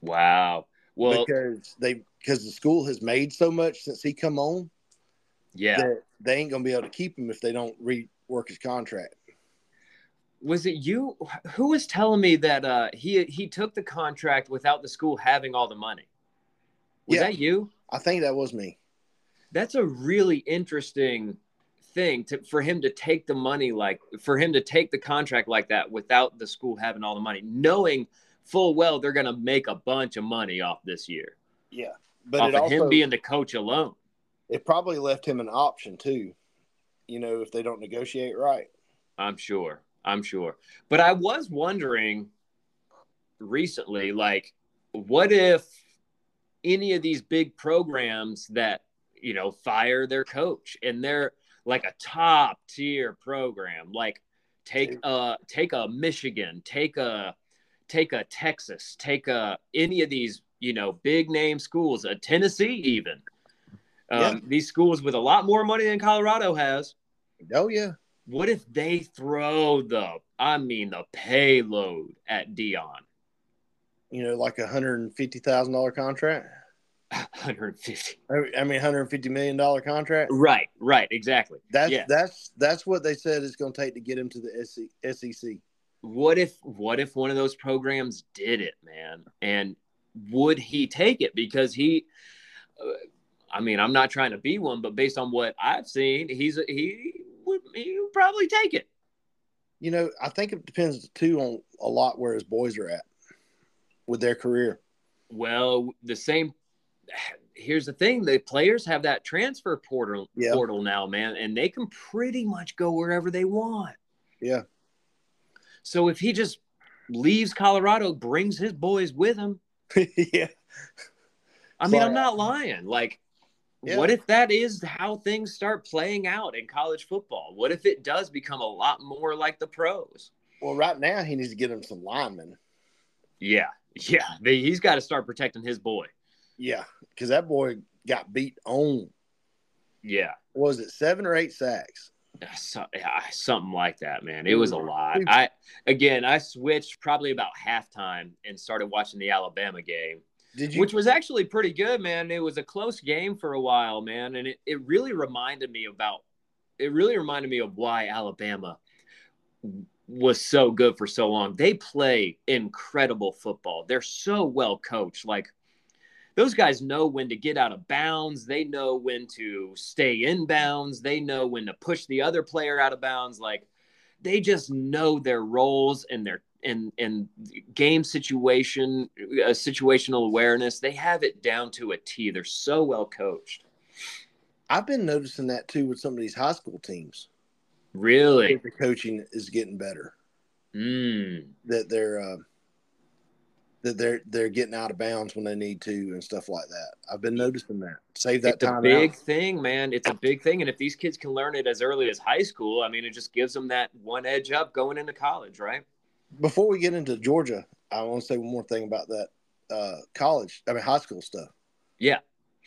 [SPEAKER 3] Wow. Well,
[SPEAKER 2] because they because the school has made so much since he come on
[SPEAKER 3] yeah.
[SPEAKER 2] that they ain't gonna be able to keep him if they don't rework his contract.
[SPEAKER 3] was it you who was telling me that uh he he took the contract without the school having all the money was
[SPEAKER 2] Yeah.
[SPEAKER 3] that you
[SPEAKER 2] I think that was me.
[SPEAKER 3] that's a really interesting thing to, for him to take the money like for him to take the contract like that without the school having all the money knowing full well they're going to make a bunch of money off this year
[SPEAKER 2] but
[SPEAKER 3] off
[SPEAKER 2] it
[SPEAKER 3] of
[SPEAKER 2] also
[SPEAKER 3] him being the coach alone.
[SPEAKER 2] it probably left him an option too. You know, if they don't negotiate right,
[SPEAKER 3] I'm sure. I'm sure. But I was wondering recently, like, what if any of these big programs that, you know, fire their coach and they're like a top tier program, like take a take a Michigan, take a take a Texas, take a any of these, you know, big name schools, a Tennessee even. Um,
[SPEAKER 2] Yeah.
[SPEAKER 3] These schools with a lot more money than Colorado has
[SPEAKER 2] oh yeah,
[SPEAKER 3] what if they throw the I mean the payload at Dion?
[SPEAKER 2] you know, like a hundred and fifty thousand dollar contract.
[SPEAKER 3] 150.
[SPEAKER 2] I- I mean, hundred and fifty million dollar contract.
[SPEAKER 3] Right, right, exactly.
[SPEAKER 2] That's
[SPEAKER 3] Yeah.
[SPEAKER 2] that's that's what they said it's going to take to get him to the E, SC SEC.
[SPEAKER 3] What if what if one of those programs did it, man? And would he take it because he uh, I mean, I'm not trying to be one, but based on what I've seen, he's a, he would he would probably take it.
[SPEAKER 2] You know, I think it depends too on a lot where his boys are at with their career.
[SPEAKER 3] Well, the same. Here's the thing: the players have that transfer portal
[SPEAKER 2] Yeah.
[SPEAKER 3] portal now, man, and they can pretty much go wherever they want.
[SPEAKER 2] Yeah.
[SPEAKER 3] So if he just leaves Colorado, brings his boys with him.
[SPEAKER 2] yeah,
[SPEAKER 3] I mean, I'm
[SPEAKER 2] Right.
[SPEAKER 3] not lying. Like,
[SPEAKER 2] Yeah.
[SPEAKER 3] what if that is how things start playing out in college football? What if it does become a lot more like the pros?
[SPEAKER 2] Well, right now he needs to get him some linemen.
[SPEAKER 3] Yeah, yeah. They- He's got to start protecting his boy.
[SPEAKER 2] Yeah, because that boy got beat on.
[SPEAKER 3] Yeah.
[SPEAKER 2] what Was it seven or eight sacks?
[SPEAKER 3] So- yeah, something like that, man. It was a lot. I again, I switched probably about halftime and started watching the Alabama game,
[SPEAKER 2] Did you?
[SPEAKER 3] which was actually pretty good, man. It was a close game for a while, man, and it, it really reminded me about it really reminded me of why Alabama was so good for so long. They play incredible football. They're so well coached. Like those guys know when to get out of bounds. They know when to stay in bounds. They know when to push the other player out of bounds. Like they just know their roles and their and and game situation uh, situational awareness. They have it down to a T. They're so well coached.
[SPEAKER 2] I've been noticing that too with some of these high school teams.
[SPEAKER 3] Really.
[SPEAKER 2] That the coaching is getting better.
[SPEAKER 3] Mm.
[SPEAKER 2] That they're uh, that they're they're getting out of bounds when they need to and stuff like that. I've been noticing that. Save that
[SPEAKER 3] it's a
[SPEAKER 2] time
[SPEAKER 3] big
[SPEAKER 2] out.
[SPEAKER 3] thing, man. It's a big thing, and if these kids can learn it as early as high school, I mean, it just gives them that one edge up going into college, right?
[SPEAKER 2] Before we get into Georgia, I want to say one more thing about that uh, college. I mean, high school stuff.
[SPEAKER 3] Yeah.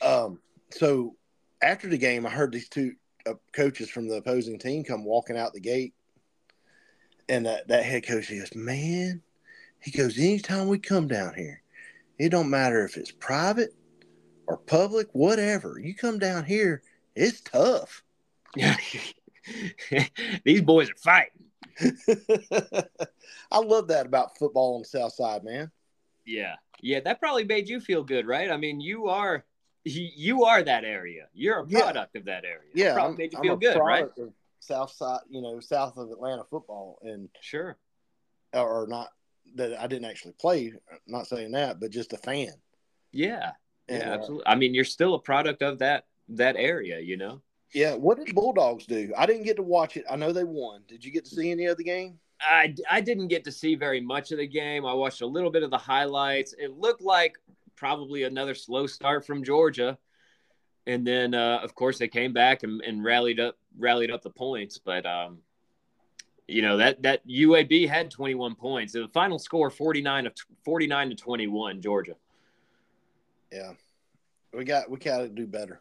[SPEAKER 2] Um. So after the game, I heard these two uh, coaches from the opposing team come walking out the gate, and that, that head coach he goes, "Man," he goes, "Anytime we come down here, it don't matter if it's private or public, whatever. You come down here, it's tough."
[SPEAKER 3] these boys are fighting.
[SPEAKER 2] I love that about football on the South Side, man.
[SPEAKER 3] Yeah, yeah. That probably made you feel good, right? I mean, you are y- you are that area. You're a
[SPEAKER 2] Yeah.
[SPEAKER 3] product of that area.
[SPEAKER 2] yeah,
[SPEAKER 3] probably
[SPEAKER 2] I'm-
[SPEAKER 3] made you
[SPEAKER 2] I'm
[SPEAKER 3] feel
[SPEAKER 2] a
[SPEAKER 3] good, right?
[SPEAKER 2] product of South side, you know, south of Atlanta football, and
[SPEAKER 3] Sure.
[SPEAKER 2] or not that I didn't actually play. Not saying that, but just a fan.
[SPEAKER 3] Yeah, yeah,
[SPEAKER 2] And, uh,
[SPEAKER 3] absolutely. I mean, you're still a product of that that area, you know.
[SPEAKER 2] yeah. What did Bulldogs do? I didn't get to watch it. I know they won. Did you get to see any of the game?
[SPEAKER 3] I, I didn't get to see very much of the game. I watched a little bit of the highlights. It looked like probably another slow start from Georgia, and then uh, of course they came back and, and rallied up rallied up the points. But um, you know that that UAB had 21 points. The final score 49 of 49 to 21 Georgia.
[SPEAKER 2] We got we got to do better.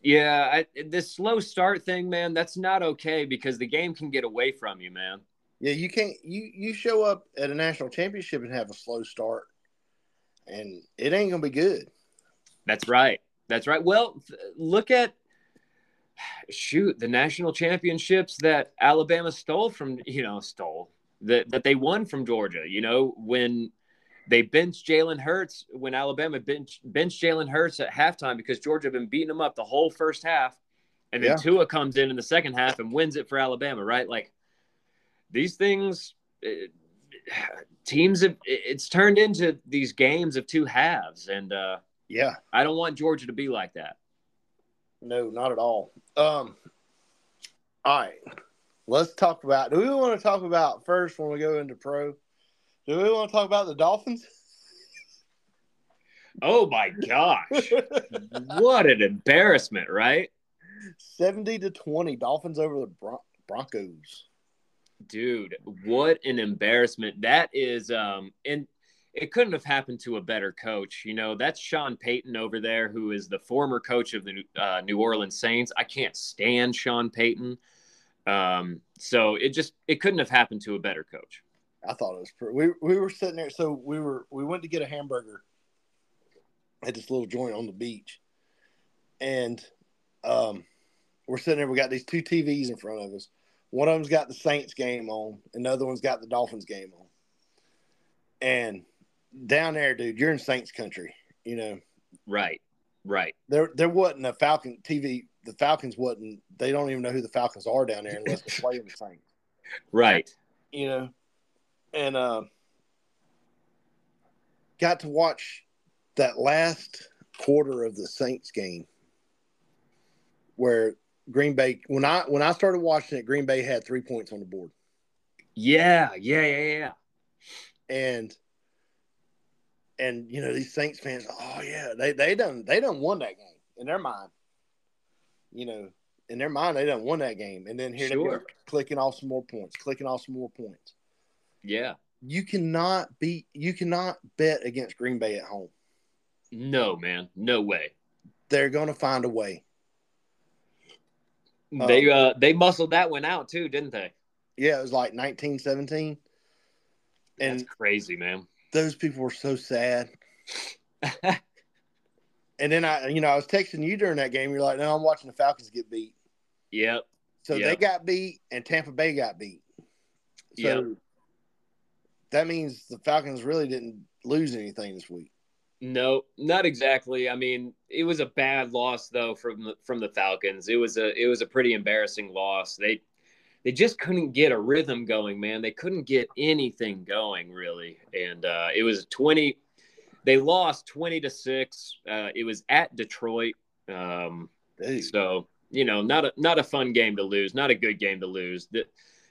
[SPEAKER 3] Yeah, I, this slow start thing, man, that's not okay because the game can get away from you, man.
[SPEAKER 2] Yeah, you can't. You you show up at a national championship and have a slow start, and it ain't gonna be good.
[SPEAKER 3] That's right. That's right. Well, th- look at shoot the national championships that Alabama stole from you know stole that that they won from Georgia. You know when they benched Jalen Hurts when Alabama bench benched Jalen Hurts at halftime because Georgia had been beating them up the whole first half, and then
[SPEAKER 2] Yeah.
[SPEAKER 3] Tua comes in in the second half and wins it for Alabama. Right? Like these things. eh, teams have it- it's turned into these games of two halves and uh
[SPEAKER 2] Yeah.
[SPEAKER 3] I don't want Georgia to be like that.
[SPEAKER 2] No, not at all. Um, all right. Let's talk about. Do we want to talk about first when we go into pro? Do we want to talk about the Dolphins?
[SPEAKER 3] Oh my gosh. what an embarrassment, right?
[SPEAKER 2] 70 to 20, Dolphins over the Bron- Broncos.
[SPEAKER 3] Dude, what an embarrassment. That is um and it couldn't have happened to a better coach. You know, that's Sean Payton over there, who is the former coach of the uh, New Orleans Saints. I can't stand Sean Payton. Um, so it just it couldn't have happened to a better coach.
[SPEAKER 2] I thought it was pretty. We, we were sitting there, so we were we went to get a hamburger at this little joint on the beach, and um, we're sitting there. We got these two TVs in front of us. One of them's got the Saints game on, and the other one's got the Dolphins game on. And down there, dude, you're in Saints country. You know,
[SPEAKER 3] Right. Right.
[SPEAKER 2] there there wasn't a Falcon TV. The Falcons wasn't. They don't even know who the Falcons are down there unless they play in the Saints.
[SPEAKER 3] Right.
[SPEAKER 2] you know, and uh, got to watch that last quarter of the Saints game where Green Bay when I when I started watching it, Green Bay had three points on the board,
[SPEAKER 3] Yeah, yeah, yeah, yeah.
[SPEAKER 2] and and you know these Saints fans, oh yeah, they they done they done won that game in their mind, you know. In their mind, they done won that game, and then here they are
[SPEAKER 3] Sure.
[SPEAKER 2] clicking off some more points, clicking off some more points.
[SPEAKER 3] Yeah.
[SPEAKER 2] you cannot beat you cannot bet against Green Bay at home.
[SPEAKER 3] No, man. No way.
[SPEAKER 2] They're gonna find a way. Oh.
[SPEAKER 3] They uh they muscled that one out too, didn't they?
[SPEAKER 2] Yeah, it was like nineteen seventeen. And
[SPEAKER 3] That's crazy, man.
[SPEAKER 2] those people were so sad. And then I you know, I was texting you during that game, you're like, No, I'm watching the Falcons get beat.
[SPEAKER 3] yep.
[SPEAKER 2] So
[SPEAKER 3] Yeah.
[SPEAKER 2] they got beat and Tampa Bay got beat. So
[SPEAKER 3] Yeah.
[SPEAKER 2] that means the Falcons really didn't lose anything this week.
[SPEAKER 3] No, not exactly. I mean, it was a bad loss though from the, from the Falcons. It was a it was a pretty embarrassing loss. They they just couldn't get a rhythm going, man. They couldn't get anything going really. And uh it was 20 they lost 20 to 6. Uh it was at Detroit. Um
[SPEAKER 2] Dude,
[SPEAKER 3] so, you know, not a not a fun game to lose, not a good game to lose. De-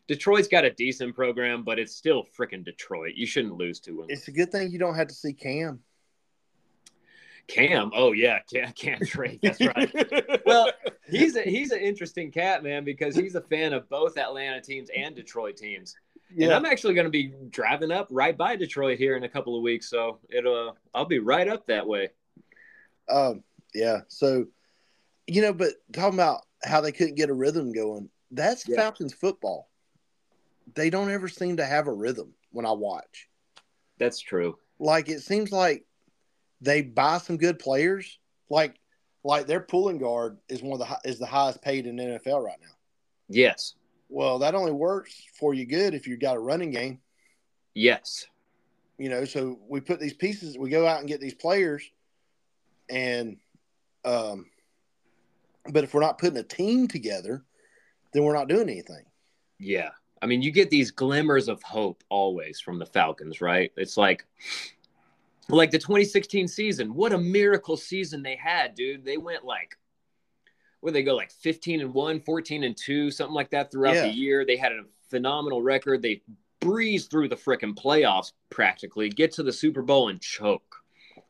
[SPEAKER 3] Detroit's got a decent program, but it's still freaking Detroit. You shouldn't lose to them.
[SPEAKER 2] it's a good thing you don't have to see Cam.
[SPEAKER 3] Cam. Oh yeah, Cam, Cam Drake. That's right. well, he's a, he's an interesting cat, man, because he's a fan of both Atlanta teams and Detroit teams. And
[SPEAKER 2] yeah.
[SPEAKER 3] I'm actually going to be driving up right by Detroit here in a couple of weeks, so it'll I'll be right up that way.
[SPEAKER 2] Um, yeah. So, you know, but talking about how they couldn't get a rhythm going, that's
[SPEAKER 3] Yeah.
[SPEAKER 2] Falcons football. They don't ever seem to have a rhythm when I watch.
[SPEAKER 3] That's true.
[SPEAKER 2] Like it seems like they buy some good players. Like, like their pulling guard is one of the hi- is the highest paid in the NFL right now.
[SPEAKER 3] Yes.
[SPEAKER 2] Well, that only works for you good if you got a running game.
[SPEAKER 3] Yes.
[SPEAKER 2] you know so we put these pieces we go out and get these players and um but if we're not putting a team together then we're not doing anything
[SPEAKER 3] Yeah. I mean, you get these glimmers of hope always from the Falcons, right? It's like like the 2016 season. What a miracle season they had, dude. They went like where they go like 15 and 1, 14 and 2, something like that throughout
[SPEAKER 2] Yeah.
[SPEAKER 3] the year. They had a phenomenal record. They breezed through the freaking playoffs practically, get to the Super Bowl and choke.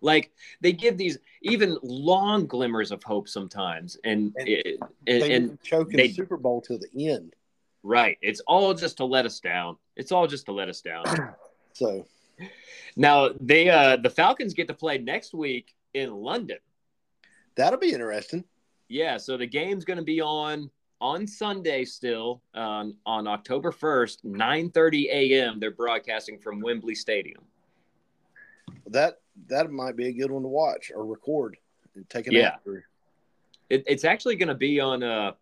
[SPEAKER 3] Like they give these even long glimmers of hope sometimes, and
[SPEAKER 2] And
[SPEAKER 3] it- and,
[SPEAKER 2] they
[SPEAKER 3] and
[SPEAKER 2] didn't choke in
[SPEAKER 3] they-
[SPEAKER 2] the super bowl till the end
[SPEAKER 3] Right. It's all just to let us down. It's all just to let us down.
[SPEAKER 2] so
[SPEAKER 3] now they uh the Falcons get to play next week in London.
[SPEAKER 2] that'll be interesting
[SPEAKER 3] Yeah, so the game's gonna be on on Sunday still, um, on October first, nine thirty AM. They're broadcasting from Wembley Stadium.
[SPEAKER 2] that that might be a good one to watch or record and take it
[SPEAKER 3] Yeah.
[SPEAKER 2] out for-
[SPEAKER 3] It, it's actually gonna be on uh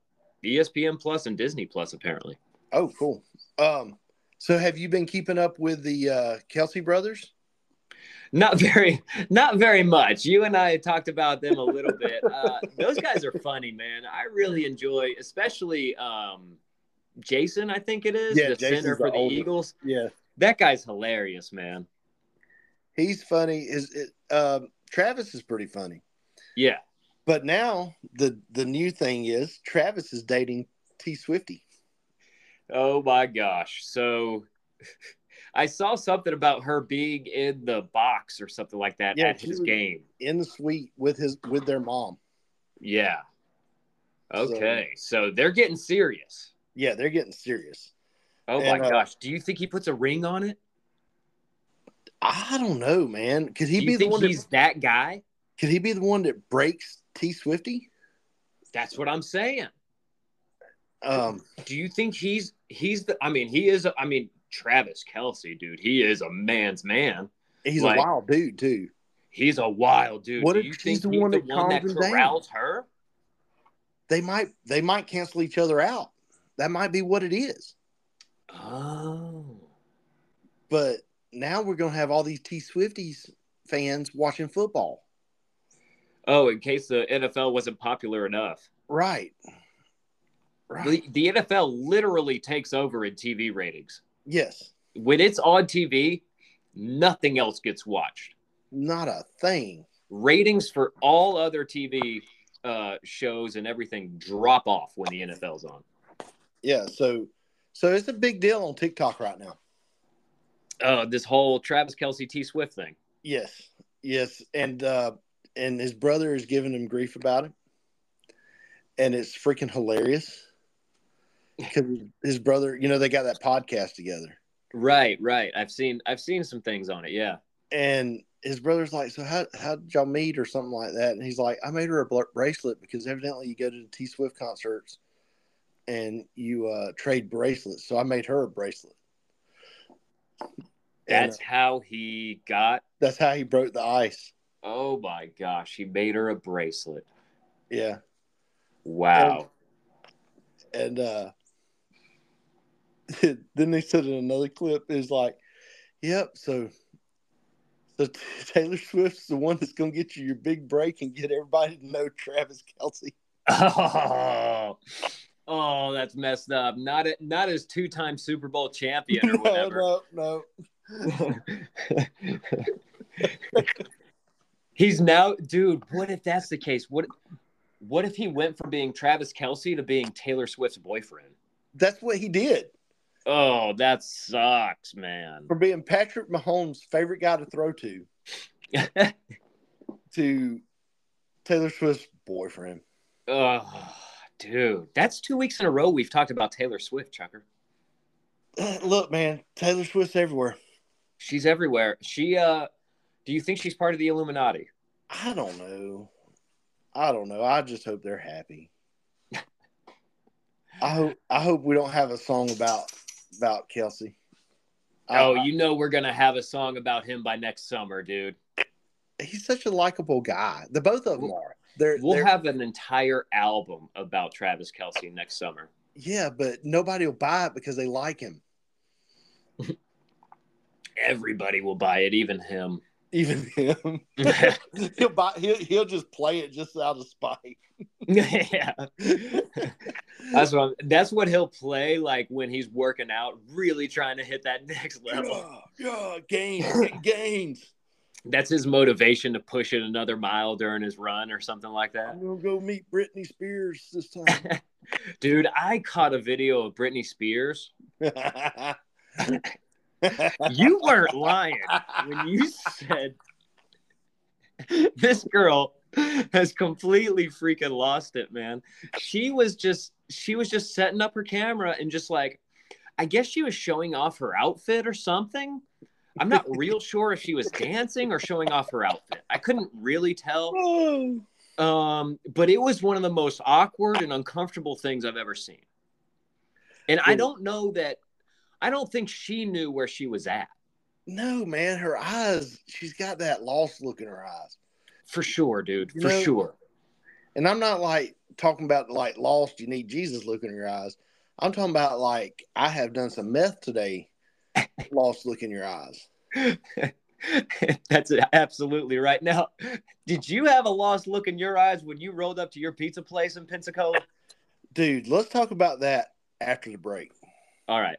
[SPEAKER 3] ESPN Plus and Disney Plus apparently.
[SPEAKER 2] oh cool um so have you been keeping up with the uh kelsey brothers
[SPEAKER 3] Not very, not very much. You and I talked about them a little bit. Uh, those guys are funny, man. I really enjoy, especially um, Jason. I think it is
[SPEAKER 2] Yeah,
[SPEAKER 3] the
[SPEAKER 2] Jason's
[SPEAKER 3] center
[SPEAKER 2] the
[SPEAKER 3] for the
[SPEAKER 2] older-
[SPEAKER 3] Eagles.
[SPEAKER 2] yeah
[SPEAKER 3] That guy's hilarious, man.
[SPEAKER 2] he's funny is it um Travis is pretty funny.
[SPEAKER 3] Yeah.
[SPEAKER 2] But now the the new thing is Travis is dating T Swifty.
[SPEAKER 3] Oh my gosh. So I saw something about her being in the box or something like that
[SPEAKER 2] Yeah,
[SPEAKER 3] at
[SPEAKER 2] she
[SPEAKER 3] his
[SPEAKER 2] was-
[SPEAKER 3] game.
[SPEAKER 2] in the suite with his with their mom.
[SPEAKER 3] Yeah.
[SPEAKER 2] So-
[SPEAKER 3] Okay. So, they're getting serious.
[SPEAKER 2] Yeah, they're getting serious.
[SPEAKER 3] Oh
[SPEAKER 2] And,
[SPEAKER 3] my
[SPEAKER 2] uh,
[SPEAKER 3] gosh. Do you think he puts a ring on it?
[SPEAKER 2] I don't know, man. Could he
[SPEAKER 3] Do
[SPEAKER 2] be
[SPEAKER 3] you
[SPEAKER 2] the
[SPEAKER 3] think
[SPEAKER 2] one?
[SPEAKER 3] he's
[SPEAKER 2] That,
[SPEAKER 3] that guy?
[SPEAKER 2] could he be the one that breaks T Swifty?
[SPEAKER 3] That's what I'm saying.
[SPEAKER 2] Um,
[SPEAKER 3] Do you think he's he's the I mean, he is a- I mean, Travis Kelsey, dude, he is a man's man.
[SPEAKER 2] he's
[SPEAKER 3] Like-
[SPEAKER 2] a wild dude too.
[SPEAKER 3] He's a wild dude.
[SPEAKER 2] What
[SPEAKER 3] Do
[SPEAKER 2] if
[SPEAKER 3] you
[SPEAKER 2] she's
[SPEAKER 3] think
[SPEAKER 2] the
[SPEAKER 3] he's
[SPEAKER 2] one
[SPEAKER 3] the
[SPEAKER 2] that
[SPEAKER 3] one that
[SPEAKER 2] calms him down?
[SPEAKER 3] corrals her?
[SPEAKER 2] They might they might cancel each other out. That might be what it is.
[SPEAKER 3] Oh.
[SPEAKER 2] But now we're gonna have all these T Swifties fans watching football,
[SPEAKER 3] Oh, in case the NFL wasn't popular enough.
[SPEAKER 2] right? Right.
[SPEAKER 3] The, the NFL literally takes over in TV ratings.
[SPEAKER 2] yes.
[SPEAKER 3] When it's on TV, nothing else gets watched.
[SPEAKER 2] Not a thing.
[SPEAKER 3] Ratings for all other TV uh, shows and everything drop off when the NFL's on.
[SPEAKER 2] Yeah. So, so it's a big deal on TikTok right now.
[SPEAKER 3] Uh, this whole Travis Kelsey T Swift thing.
[SPEAKER 2] Yes, yes, and uh, and his brother is giving him grief about it, and it's freaking hilarious because his brother, you know, they got that podcast together,
[SPEAKER 3] Right, right. I've seen I've seen some things on it. Yeah.
[SPEAKER 2] and his brother's like, "So how how did y'all meet or something like that?" And he's like, "I made her a bl- bracelet because evidently you go to the T Swift concerts and you uh, trade bracelets, so I made her a bracelet." And,
[SPEAKER 3] That's
[SPEAKER 2] uh,
[SPEAKER 3] how he got.
[SPEAKER 2] that's how he broke the ice.
[SPEAKER 3] Oh my gosh, he made her a bracelet.
[SPEAKER 2] Yeah.
[SPEAKER 3] Wow.
[SPEAKER 2] and uh then they said in another clip is like yep so so taylor swift's the one that's gonna get you your big break and get everybody to know travis kelsey
[SPEAKER 3] Oh, oh, that's messed up. Not a, not as two time Super Bowl champion or
[SPEAKER 2] no
[SPEAKER 3] whatever.
[SPEAKER 2] no no
[SPEAKER 3] He's now, dude. What if that's the case? What, what if he went from being Travis Kelsey to being Taylor Swift's boyfriend?
[SPEAKER 2] that's what he did
[SPEAKER 3] Oh, that sucks, man.
[SPEAKER 2] for being patrick mahomes favorite guy to throw to to taylor swift's boyfriend
[SPEAKER 3] oh, dude, that's two weeks in a row we've talked about Taylor Swift, Chucker.
[SPEAKER 2] look man taylor swift's everywhere
[SPEAKER 3] She's everywhere. She, uh, do you think she's part of the Illuminati?
[SPEAKER 2] i don't know i don't know i just hope they're happy I hope I hope we don't have a song about about Kelsey.
[SPEAKER 3] Oh,
[SPEAKER 2] I-
[SPEAKER 3] you know we're gonna have a song about him by next summer, dude.
[SPEAKER 2] he's such a likable guy. The both of them are. They're,
[SPEAKER 3] We'll
[SPEAKER 2] they're-
[SPEAKER 3] have an entire album about Travis Kelsey next summer.
[SPEAKER 2] yeah, but nobody will buy it because they like him.
[SPEAKER 3] Everybody will buy it, even him.
[SPEAKER 2] Even him, he'll buy. He'll, he'll just play it just out of spite.
[SPEAKER 3] yeah, that's what I'm- that's what he'll play like when he's working out, really trying to hit that next level.
[SPEAKER 2] yeah, yeah, gains, get gains.
[SPEAKER 3] That's his motivation to push it another mile during his run or something like that.
[SPEAKER 2] I'm gonna go meet Britney Spears this time.
[SPEAKER 3] Dude, I caught a video of Britney Spears. You weren't lying. when you said this girl has completely freaking lost it, man. She was just she was just setting up her camera and just like I guess she was showing off her outfit or something. I'm not real sure if she was dancing or showing off her outfit. I couldn't really tell.
[SPEAKER 2] Oh,
[SPEAKER 3] Um, but it was one of the most awkward and uncomfortable things I've ever seen. And I don't know that I don't think she knew where she was at
[SPEAKER 2] no, man, her eyes. She's got that lost look in her eyes.
[SPEAKER 3] for sure, dude.
[SPEAKER 2] You
[SPEAKER 3] For
[SPEAKER 2] know,
[SPEAKER 3] sure.
[SPEAKER 2] And I'm not like talking about like lost, you need Jesus look in your eyes. I'm talking about like I have done some meth today, lost look in your eyes.
[SPEAKER 3] That's absolutely right. Now, did you have a lost look in your eyes when you rolled up to your pizza place in Pensacola?
[SPEAKER 2] Dude, let's talk about that after the break.
[SPEAKER 3] All right.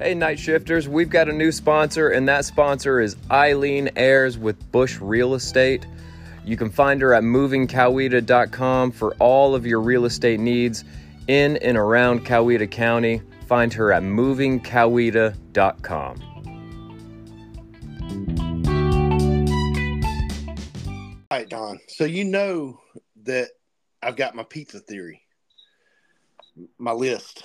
[SPEAKER 1] Hey, night shifters, we've got a new sponsor, and that sponsor is Eileen Ayers with Bush Real Estate. You can find her at movingcoweta.com for all of your real estate needs in and around Coweta County. Find her at movingcoweta.com.
[SPEAKER 2] All right, Don. So you know that I've got my pizza theory, my list.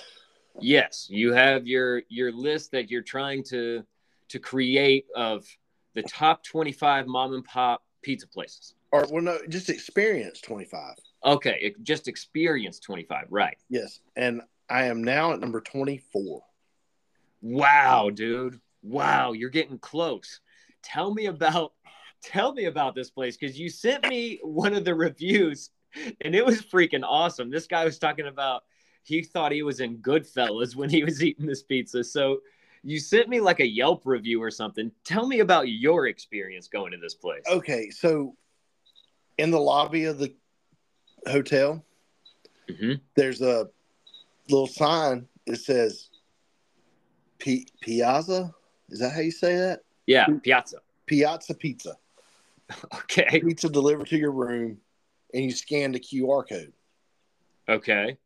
[SPEAKER 3] Yes, you have your your list that you're trying to to create of the top 25 mom and pop pizza places.
[SPEAKER 2] Or well, no, just experience twenty five.
[SPEAKER 3] Okay, it, just experience 25, right?
[SPEAKER 2] Yes, and I am now at number twenty four.
[SPEAKER 3] Wow, dude. Wow, you're getting close. Tell me about tell me about this place cuz you sent me one of the reviews and it was freaking awesome. This guy was talking about he thought he was in Goodfellas when he was eating this pizza. So you sent me like a Yelp review or something. Tell me about your experience going to this place.
[SPEAKER 2] Okay, so in the lobby of the hotel,
[SPEAKER 3] Mhm.
[SPEAKER 2] there's a little sign that says P- Piazza. Is that how you say that?
[SPEAKER 3] Yeah, Piazza.
[SPEAKER 2] Piazza Pizza.
[SPEAKER 3] Okay.
[SPEAKER 2] Pizza delivered to your room, and you scan the QR code.
[SPEAKER 3] Okay.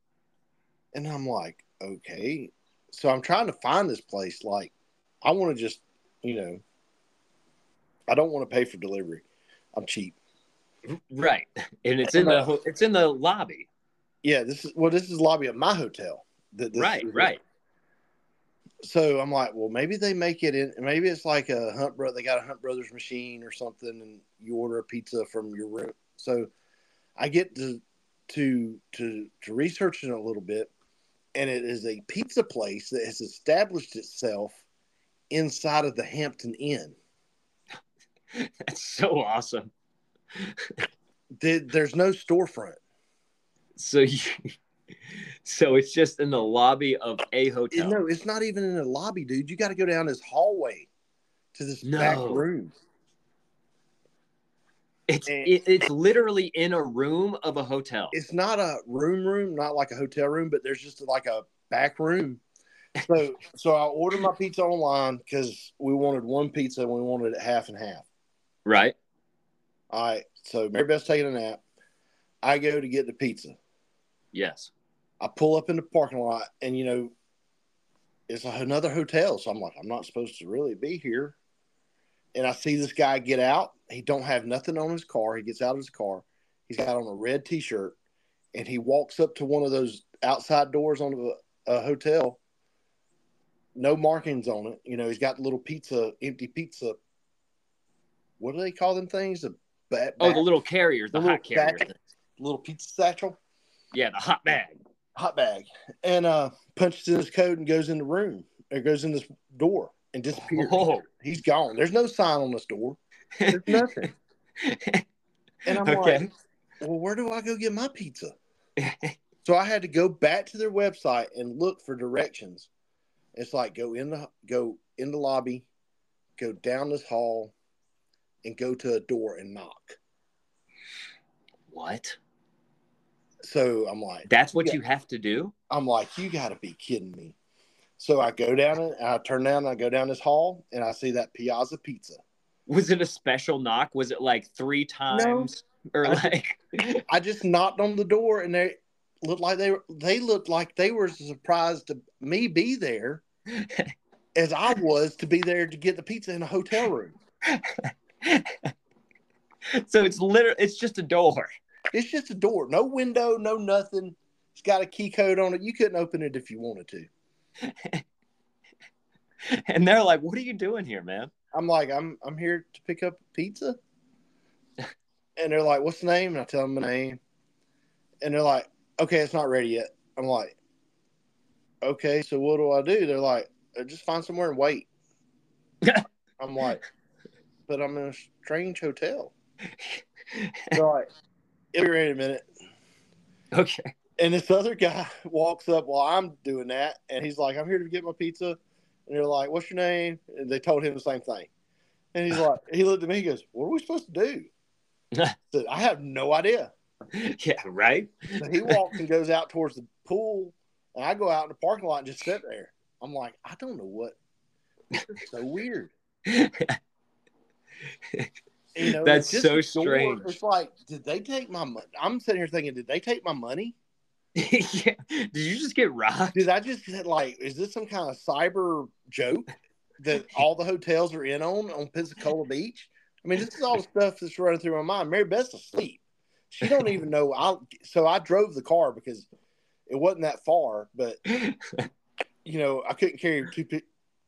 [SPEAKER 2] And I'm like, okay. So I'm trying to find this place. Like, I want to just, you know, I don't want to pay for delivery. I'm cheap.
[SPEAKER 3] Right. And it's in the ho- it's in the lobby.
[SPEAKER 2] Yeah, this is well, this is the lobby of my hotel. that this
[SPEAKER 3] Right,
[SPEAKER 2] is-
[SPEAKER 3] right.
[SPEAKER 2] So I'm like, well, maybe they make it in. Maybe it's like a Hunt Bro. They got a Hunt Brothers machine or something, and you order a pizza from your room. So I get to to to to research it a little bit, and it is a pizza place that has established itself inside of the Hampton Inn.
[SPEAKER 3] That's so awesome.
[SPEAKER 2] There- There's no storefront.
[SPEAKER 3] So you so it's just in the lobby of a hotel.
[SPEAKER 2] No, it's not even in the lobby, dude. You got to go down this hallway to this back
[SPEAKER 3] No.
[SPEAKER 2] room.
[SPEAKER 3] It's
[SPEAKER 2] And-
[SPEAKER 3] it, it's literally in a room of a hotel.
[SPEAKER 2] eh. it's not a room room, not like a hotel room, but there's just like a back room. So so I ordered my pizza online because we wanted one pizza and we wanted it half and half.
[SPEAKER 3] Right.
[SPEAKER 2] All right. So Mary Beth's taking a nap. I go to get the pizza.
[SPEAKER 3] Yes.
[SPEAKER 2] I pull up in the parking lot and you know it's another hotel. So I'm like, I'm not supposed to really be here. And I see this guy get out. He don't have nothing on his car. He gets out of his car. He's got on a red t-shirt and he walks up to one of those outside doors on a, a hotel. No markings on it. You know, he's got little pizza, empty pizza. What do they call them things? The bat,
[SPEAKER 3] Oh, the little carriers, the,
[SPEAKER 2] The
[SPEAKER 3] hot
[SPEAKER 2] little sack.
[SPEAKER 3] carriers.
[SPEAKER 2] little pizza satchel.
[SPEAKER 3] Yeah, the hot bag.
[SPEAKER 2] hot bag and uh punches in his code and goes in the room or goes in this door and disappears.
[SPEAKER 3] Whoa.
[SPEAKER 2] He's gone. There's no sign on this door. There's nothing. and I'm
[SPEAKER 3] Okay.
[SPEAKER 2] like, well, where do I go get my pizza? so I had to go back to their website and look for directions. It's like go in the go in the lobby, go down this hall, and go to a door and knock.
[SPEAKER 3] What?
[SPEAKER 2] So I'm like,
[SPEAKER 3] That's what
[SPEAKER 2] Yeah.
[SPEAKER 3] you have to do?
[SPEAKER 2] I'm like, you got to be kidding me. So I go down and I turn down and I go down this hall and I see that Piazza Pizza.
[SPEAKER 3] Was it a special knock? Was it like three times or
[SPEAKER 2] I
[SPEAKER 3] like
[SPEAKER 2] I just knocked on the door and they looked like they were, they looked like they were surprised to me be there as I was to be there to get the pizza in a hotel room.
[SPEAKER 3] so it's literally it's just a door.
[SPEAKER 2] It's just a door, no window, no nothing. It's got a key code on it. You couldn't open it if you wanted to.
[SPEAKER 3] And they're like, What are you doing here, man?
[SPEAKER 2] I'm like, I'm I'm here to pick up pizza. And they're like, What's the name? And I tell them my name. And they're like, Okay, it's not ready yet. I'm like, Okay, so what do I do? They're like, "Uh, just find somewhere and wait. I'm like, but I'm in a strange hotel. They're like, it'll be ready in a minute.
[SPEAKER 3] Okay.
[SPEAKER 2] And this other guy walks up while I'm doing that, and he's like, "I'm here to get my pizza." And they're like, "What's your name?" And they told him the same thing. And he's like, he looked at me, he goes, "What are we supposed to do?" I said, "I have no idea."
[SPEAKER 3] Yeah, right?
[SPEAKER 2] So he walks and goes out towards the pool, and I go out in the parking lot and just sit there. I'm like, I don't know what so weird.
[SPEAKER 3] That's
[SPEAKER 2] You know, it's just
[SPEAKER 3] so
[SPEAKER 2] door-
[SPEAKER 3] strange.
[SPEAKER 2] It's like, did they take my money? I'm sitting here thinking, did they take my money?
[SPEAKER 3] yeah. Did you just get robbed?
[SPEAKER 2] Did I just get, like? Is this some kind of cyber joke that all the hotels are in on on Pensacola Beach? I mean, this is all the stuff that's running through my mind. Mary Beth's asleep. She don't even know. I so I drove the car because it wasn't that far, but you know I couldn't carry two pi-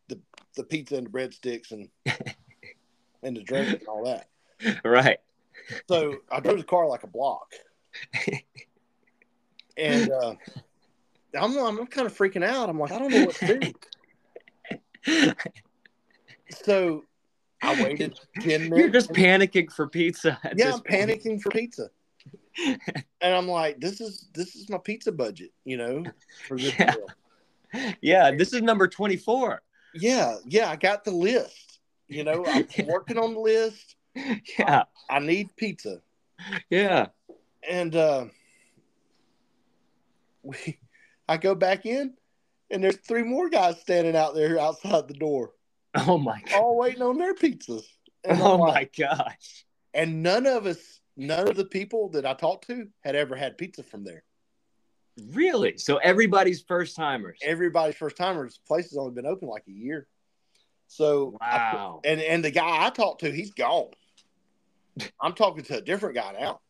[SPEAKER 2] the the pizza and the breadsticks and and the drink and all that.
[SPEAKER 3] right.
[SPEAKER 2] So I drove the car like a block, and uh, I'm I'm kind of freaking out. I'm like, I don't know what to do. So I waited ten minutes.
[SPEAKER 3] You're just panicking for pizza. at
[SPEAKER 2] yeah,
[SPEAKER 3] this
[SPEAKER 2] I'm
[SPEAKER 3] point.
[SPEAKER 2] panicking for pizza, and I'm like, this is this is my pizza budget, you know. For this
[SPEAKER 3] Yeah.
[SPEAKER 2] deal.
[SPEAKER 3] Yeah, this is number 24.
[SPEAKER 2] yeah, yeah. I got the list. You know, I'm working on the list.
[SPEAKER 3] Yeah.
[SPEAKER 2] I need pizza,
[SPEAKER 3] Yeah.
[SPEAKER 2] and uh, we, I go back in, and there's three more guys standing out there outside the door,
[SPEAKER 3] Oh my god.
[SPEAKER 2] all waiting on their pizzas. And I'm
[SPEAKER 3] Oh
[SPEAKER 2] like,
[SPEAKER 3] my gosh.
[SPEAKER 2] and none of us, none of the people that I talked to had ever had pizza from there.
[SPEAKER 3] Really? So everybody's first timers.
[SPEAKER 2] Everybody's first timers. The place has only been open like a year, so I-
[SPEAKER 3] Wow.
[SPEAKER 2] and and the guy I talked to, he's gone. I'm talking to a different guy now,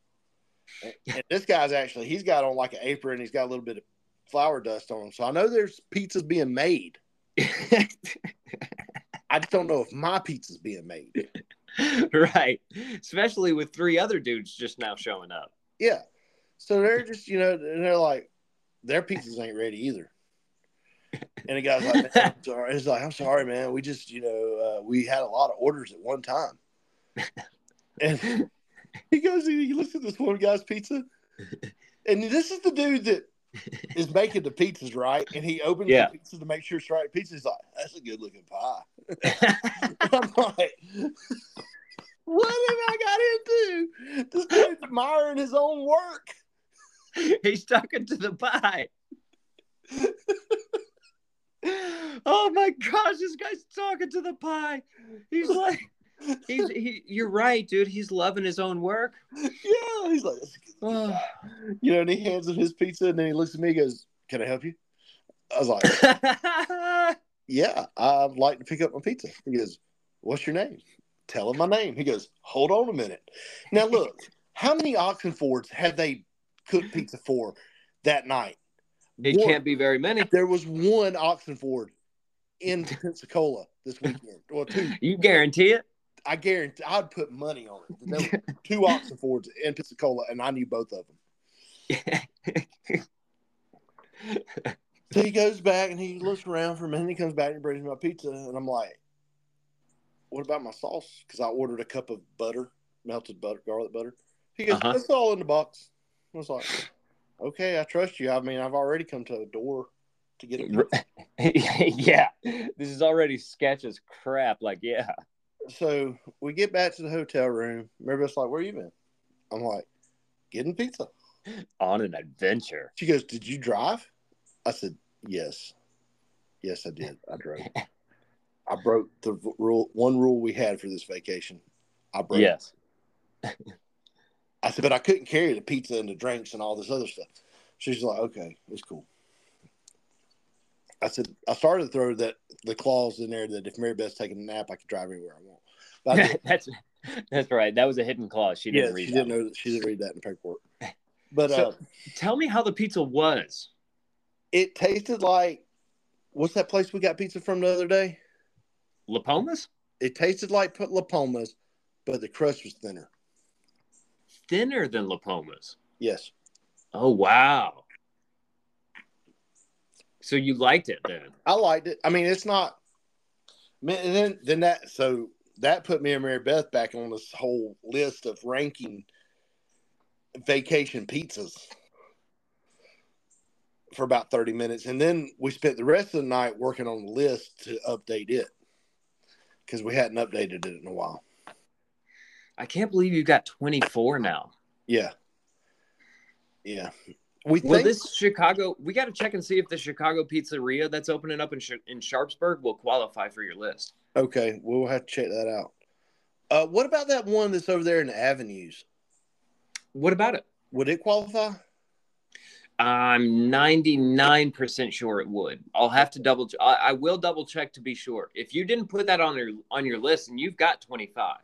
[SPEAKER 2] and, and this guy's actually he's got on like an apron. He's got a little bit of flour dust on him, so I know there's pizzas being made. I just don't know if my pizza's being made.
[SPEAKER 3] right. Especially with three other dudes just now showing up.
[SPEAKER 2] Yeah. So they're just, you know, they're like, their pizzas ain't ready either. And the guy's like, "Man, I'm sorry. It's like, I'm sorry, man. We just, you know, uh, we had a lot of orders at one time. And he goes, and he looks at this one guy's pizza. And this is the dude that is making the pizzas, right? And he opens
[SPEAKER 3] Yeah.
[SPEAKER 2] the pizza to make sure it's the right pizza. He's like, that's a good looking pie. I'm like, what have I got into? This dude's admiring his own work.
[SPEAKER 3] He's talking to the pie. oh my gosh, this guy's talking to the pie. He's like, he's, he, you're right, dude. He's loving his own work.
[SPEAKER 2] Yeah, he's like, "That's a good looking
[SPEAKER 3] Oh.
[SPEAKER 2] guy." you know, and he hands him his pizza, and then he looks at me, and goes, "Can I help you?" I was like, "Yeah, I'd like to pick up my pizza." He goes, "What's your name?" Tell him my name. He goes, "Hold on a minute." Now look, how many Oxenfords had they cooked pizza for that night?
[SPEAKER 3] it can't be very many.
[SPEAKER 2] There was one Oxenford in Pensacola this weekend. Well, two.
[SPEAKER 3] You guarantee it?
[SPEAKER 2] I guarantee. I'd put money on it. There were two Oxenfords in Pensacola, and I knew both of them. So he goes back and he looks around for a minute. And he comes back and he brings me my pizza, and I'm like, "What about my sauce?" Because I ordered a cup of butter, melted butter, garlic butter. He goes,
[SPEAKER 3] Uh-huh.
[SPEAKER 2] "It's all in the box." I was like, "Okay, I trust you. I mean, I've already come to a door to get it."
[SPEAKER 3] yeah. This is already sketch as crap. Like, yeah.
[SPEAKER 2] So we get back to the hotel room. Maribel's like, "Where you been?" I'm like, "Getting pizza."
[SPEAKER 3] On an adventure.
[SPEAKER 2] She goes, Did you drive? I said, Yes. Yes, I did. I drove. I broke the v- rule, one rule we had for this vacation. I broke. it.
[SPEAKER 3] Yes.
[SPEAKER 2] I said, But I couldn't carry the pizza and the drinks and all this other stuff. She's like, Okay, it's cool. I said, I started to throw that the clause in there that if Mary Beth's taking a nap, I could drive anywhere I want. But I didn't-
[SPEAKER 3] that's that's right. That was a hidden clause. She didn't
[SPEAKER 2] yeah,
[SPEAKER 3] read
[SPEAKER 2] she
[SPEAKER 3] that.
[SPEAKER 2] didn't know that she didn't read that in paperwork. But
[SPEAKER 3] So-
[SPEAKER 2] uh,
[SPEAKER 3] Tell me how the pizza was.
[SPEAKER 2] it tasted like what's that place we got pizza from the other day?
[SPEAKER 3] Lapomas?
[SPEAKER 2] It tasted like put Lapomas, but the crust was thinner.
[SPEAKER 3] Thinner than Lapomas.
[SPEAKER 2] Yes.
[SPEAKER 3] Oh wow. So you liked it then.
[SPEAKER 2] I liked it. I mean, it's not. Man, and then, then that, so that put me and Mary Beth back on this whole list of ranking vacation pizzas for about 30 minutes. And then we spent the rest of the night working on the list to update it because we hadn't updated it in a while.
[SPEAKER 3] I can't believe you got 24 now.
[SPEAKER 2] Yeah. Yeah. We
[SPEAKER 3] Will
[SPEAKER 2] think
[SPEAKER 3] this Chicago? We got to check and see if the Chicago pizzeria that's opening up in Sh- in Sharpsburg will qualify for your list.
[SPEAKER 2] okay. We'll have to check that out. Uh, what about that one that's over there in the avenues?
[SPEAKER 3] What about it?
[SPEAKER 2] Would it qualify?
[SPEAKER 3] I'm 99% sure it would. I'll have to double ch- I, I will double check to be sure. If you didn't put that on your on your list and you've got 25.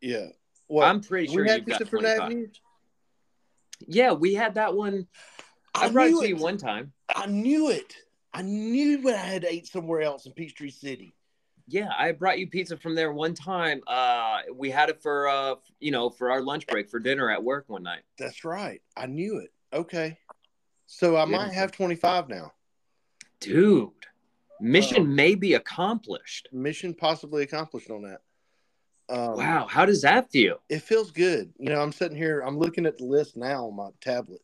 [SPEAKER 2] Yeah. Well,
[SPEAKER 3] I'm pretty sure
[SPEAKER 2] we had
[SPEAKER 3] you've got
[SPEAKER 2] Christopher
[SPEAKER 3] 25.
[SPEAKER 2] Avenues.
[SPEAKER 3] Yeah, we had that one. I,
[SPEAKER 2] I
[SPEAKER 3] brought it
[SPEAKER 2] knew
[SPEAKER 3] to
[SPEAKER 2] it.
[SPEAKER 3] you one time.
[SPEAKER 2] I knew it. I knew when I had ate somewhere else in Peachtree City.
[SPEAKER 3] Yeah, I brought you pizza from there one time. Uh we had it for uh you know, for our lunch break for dinner at work one night.
[SPEAKER 2] That's right. I knew it. Okay. So I might have 25 now.
[SPEAKER 3] Dude, mission may be accomplished.
[SPEAKER 2] Mission possibly accomplished on that. Um,
[SPEAKER 3] Wow, how does that feel?
[SPEAKER 2] It feels good. You know, I'm sitting here, I'm looking at the list now on my tablet.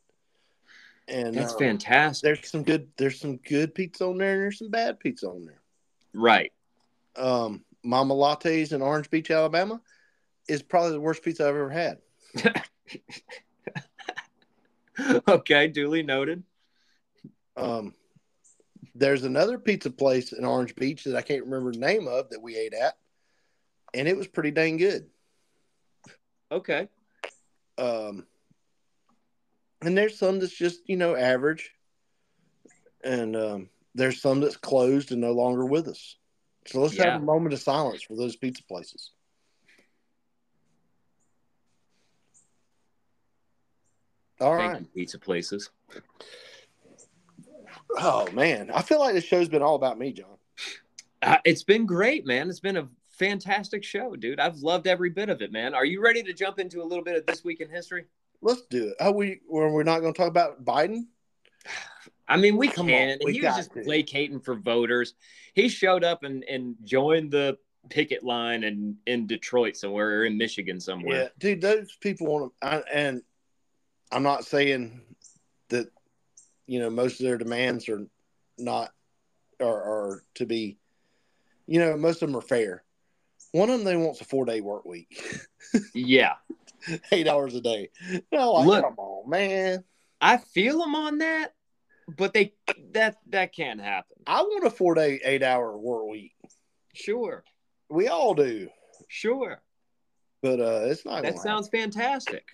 [SPEAKER 2] And
[SPEAKER 3] That's
[SPEAKER 2] uh,
[SPEAKER 3] fantastic.
[SPEAKER 2] There's some good there's some good pizza on there and there's some bad pizza on there.
[SPEAKER 3] Right.
[SPEAKER 2] Um, Mama Lattes in Orange Beach, Alabama is probably the worst pizza I've ever had.
[SPEAKER 3] okay, duly noted.
[SPEAKER 2] Um, there's another pizza place in Orange Beach that I can't remember the name of that we ate at, and it was pretty dang good.
[SPEAKER 3] Okay.
[SPEAKER 2] Um, and there's some that's just you know average, and um, there's some that's closed and no longer with us. So let's
[SPEAKER 3] Yeah.
[SPEAKER 2] have a moment of silence for those pizza places. All
[SPEAKER 3] Thank
[SPEAKER 2] right.
[SPEAKER 3] you, pizza places.
[SPEAKER 2] Oh man, I feel like this show's been all about me, John.
[SPEAKER 3] Uh, it's been great, man. It's been a fantastic show, dude. I've loved every bit of it, man. Are you ready to jump into a little bit of this week in history?
[SPEAKER 2] Let's do it. Oh, we we're, we're not going to talk about Biden.
[SPEAKER 3] I mean, we
[SPEAKER 2] Come on,
[SPEAKER 3] can.
[SPEAKER 2] we
[SPEAKER 3] and he was
[SPEAKER 2] got
[SPEAKER 3] just
[SPEAKER 2] to.
[SPEAKER 3] placating for voters. He showed up and, and joined the picket line and in Detroit somewhere or in Michigan somewhere.
[SPEAKER 2] Yeah, dude, those people want to, I, and I'm not saying that you know most of their demands are not are, are to be, you know, most of them are fair. One of them they wants a four day work week,
[SPEAKER 3] yeah.
[SPEAKER 2] eight hours a day. No, like,
[SPEAKER 3] Look.
[SPEAKER 2] come on, man,
[SPEAKER 3] I feel them on that, but they that that can't happen.
[SPEAKER 2] I want a four day, eight hour work week.
[SPEAKER 3] Sure.
[SPEAKER 2] We all do,
[SPEAKER 3] Sure.
[SPEAKER 2] but uh, it's not.
[SPEAKER 3] that
[SPEAKER 2] gonna
[SPEAKER 3] sounds fantastic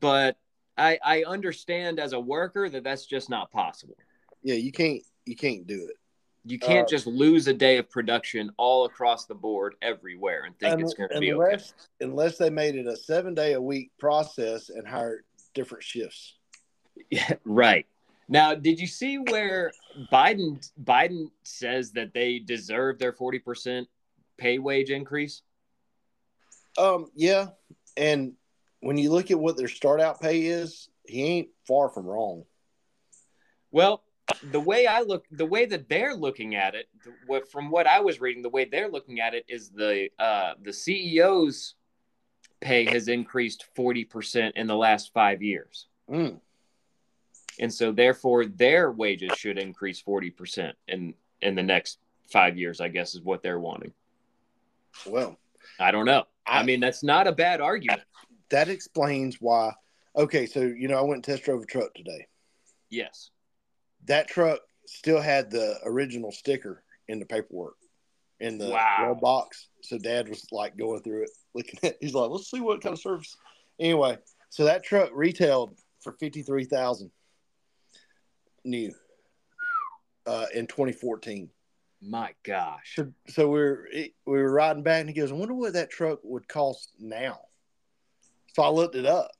[SPEAKER 3] but I, I understand as a worker that that's just not possible
[SPEAKER 2] happen. yeah, you can't you can't do it.
[SPEAKER 3] you can't
[SPEAKER 2] Uh,
[SPEAKER 3] just lose a day of production all across the board everywhere and think it's
[SPEAKER 2] Un-
[SPEAKER 3] going to be okay
[SPEAKER 2] unless unless they made it a seven day a week process and hired different shifts.
[SPEAKER 3] Yeah, right now did you see where biden biden says that they deserve their 40% pay wage increase
[SPEAKER 2] Um, yeah, and when you look at what their start out pay is, he ain't far from wrong.
[SPEAKER 3] Well, the way I look, the way that they're looking at it, the, what, from what I was reading, the way they're looking at it is the uh, the CEO's pay has increased forty percent in the last five years,
[SPEAKER 2] Mm,
[SPEAKER 3] and so therefore their wages should increase forty percent in in the next five years. I guess is what they're wanting.
[SPEAKER 2] well,
[SPEAKER 3] I don't know. I,
[SPEAKER 2] I-
[SPEAKER 3] mean, that's not a bad argument.
[SPEAKER 2] that explains why. Okay, so you know I went and test drove a truck today.
[SPEAKER 3] Yes.
[SPEAKER 2] That truck still had the original sticker in the paperwork in the
[SPEAKER 3] Wow.
[SPEAKER 2] glove box. So Dad was like going through it, looking at. He's like, "Let's see what kind of service." Anyway, so that truck retailed for fifty three thousand new uh, in twenty fourteen.
[SPEAKER 3] My gosh.
[SPEAKER 2] So, so we were it- we were riding back, and he goes, "I wonder what that truck would cost now." So I looked it up.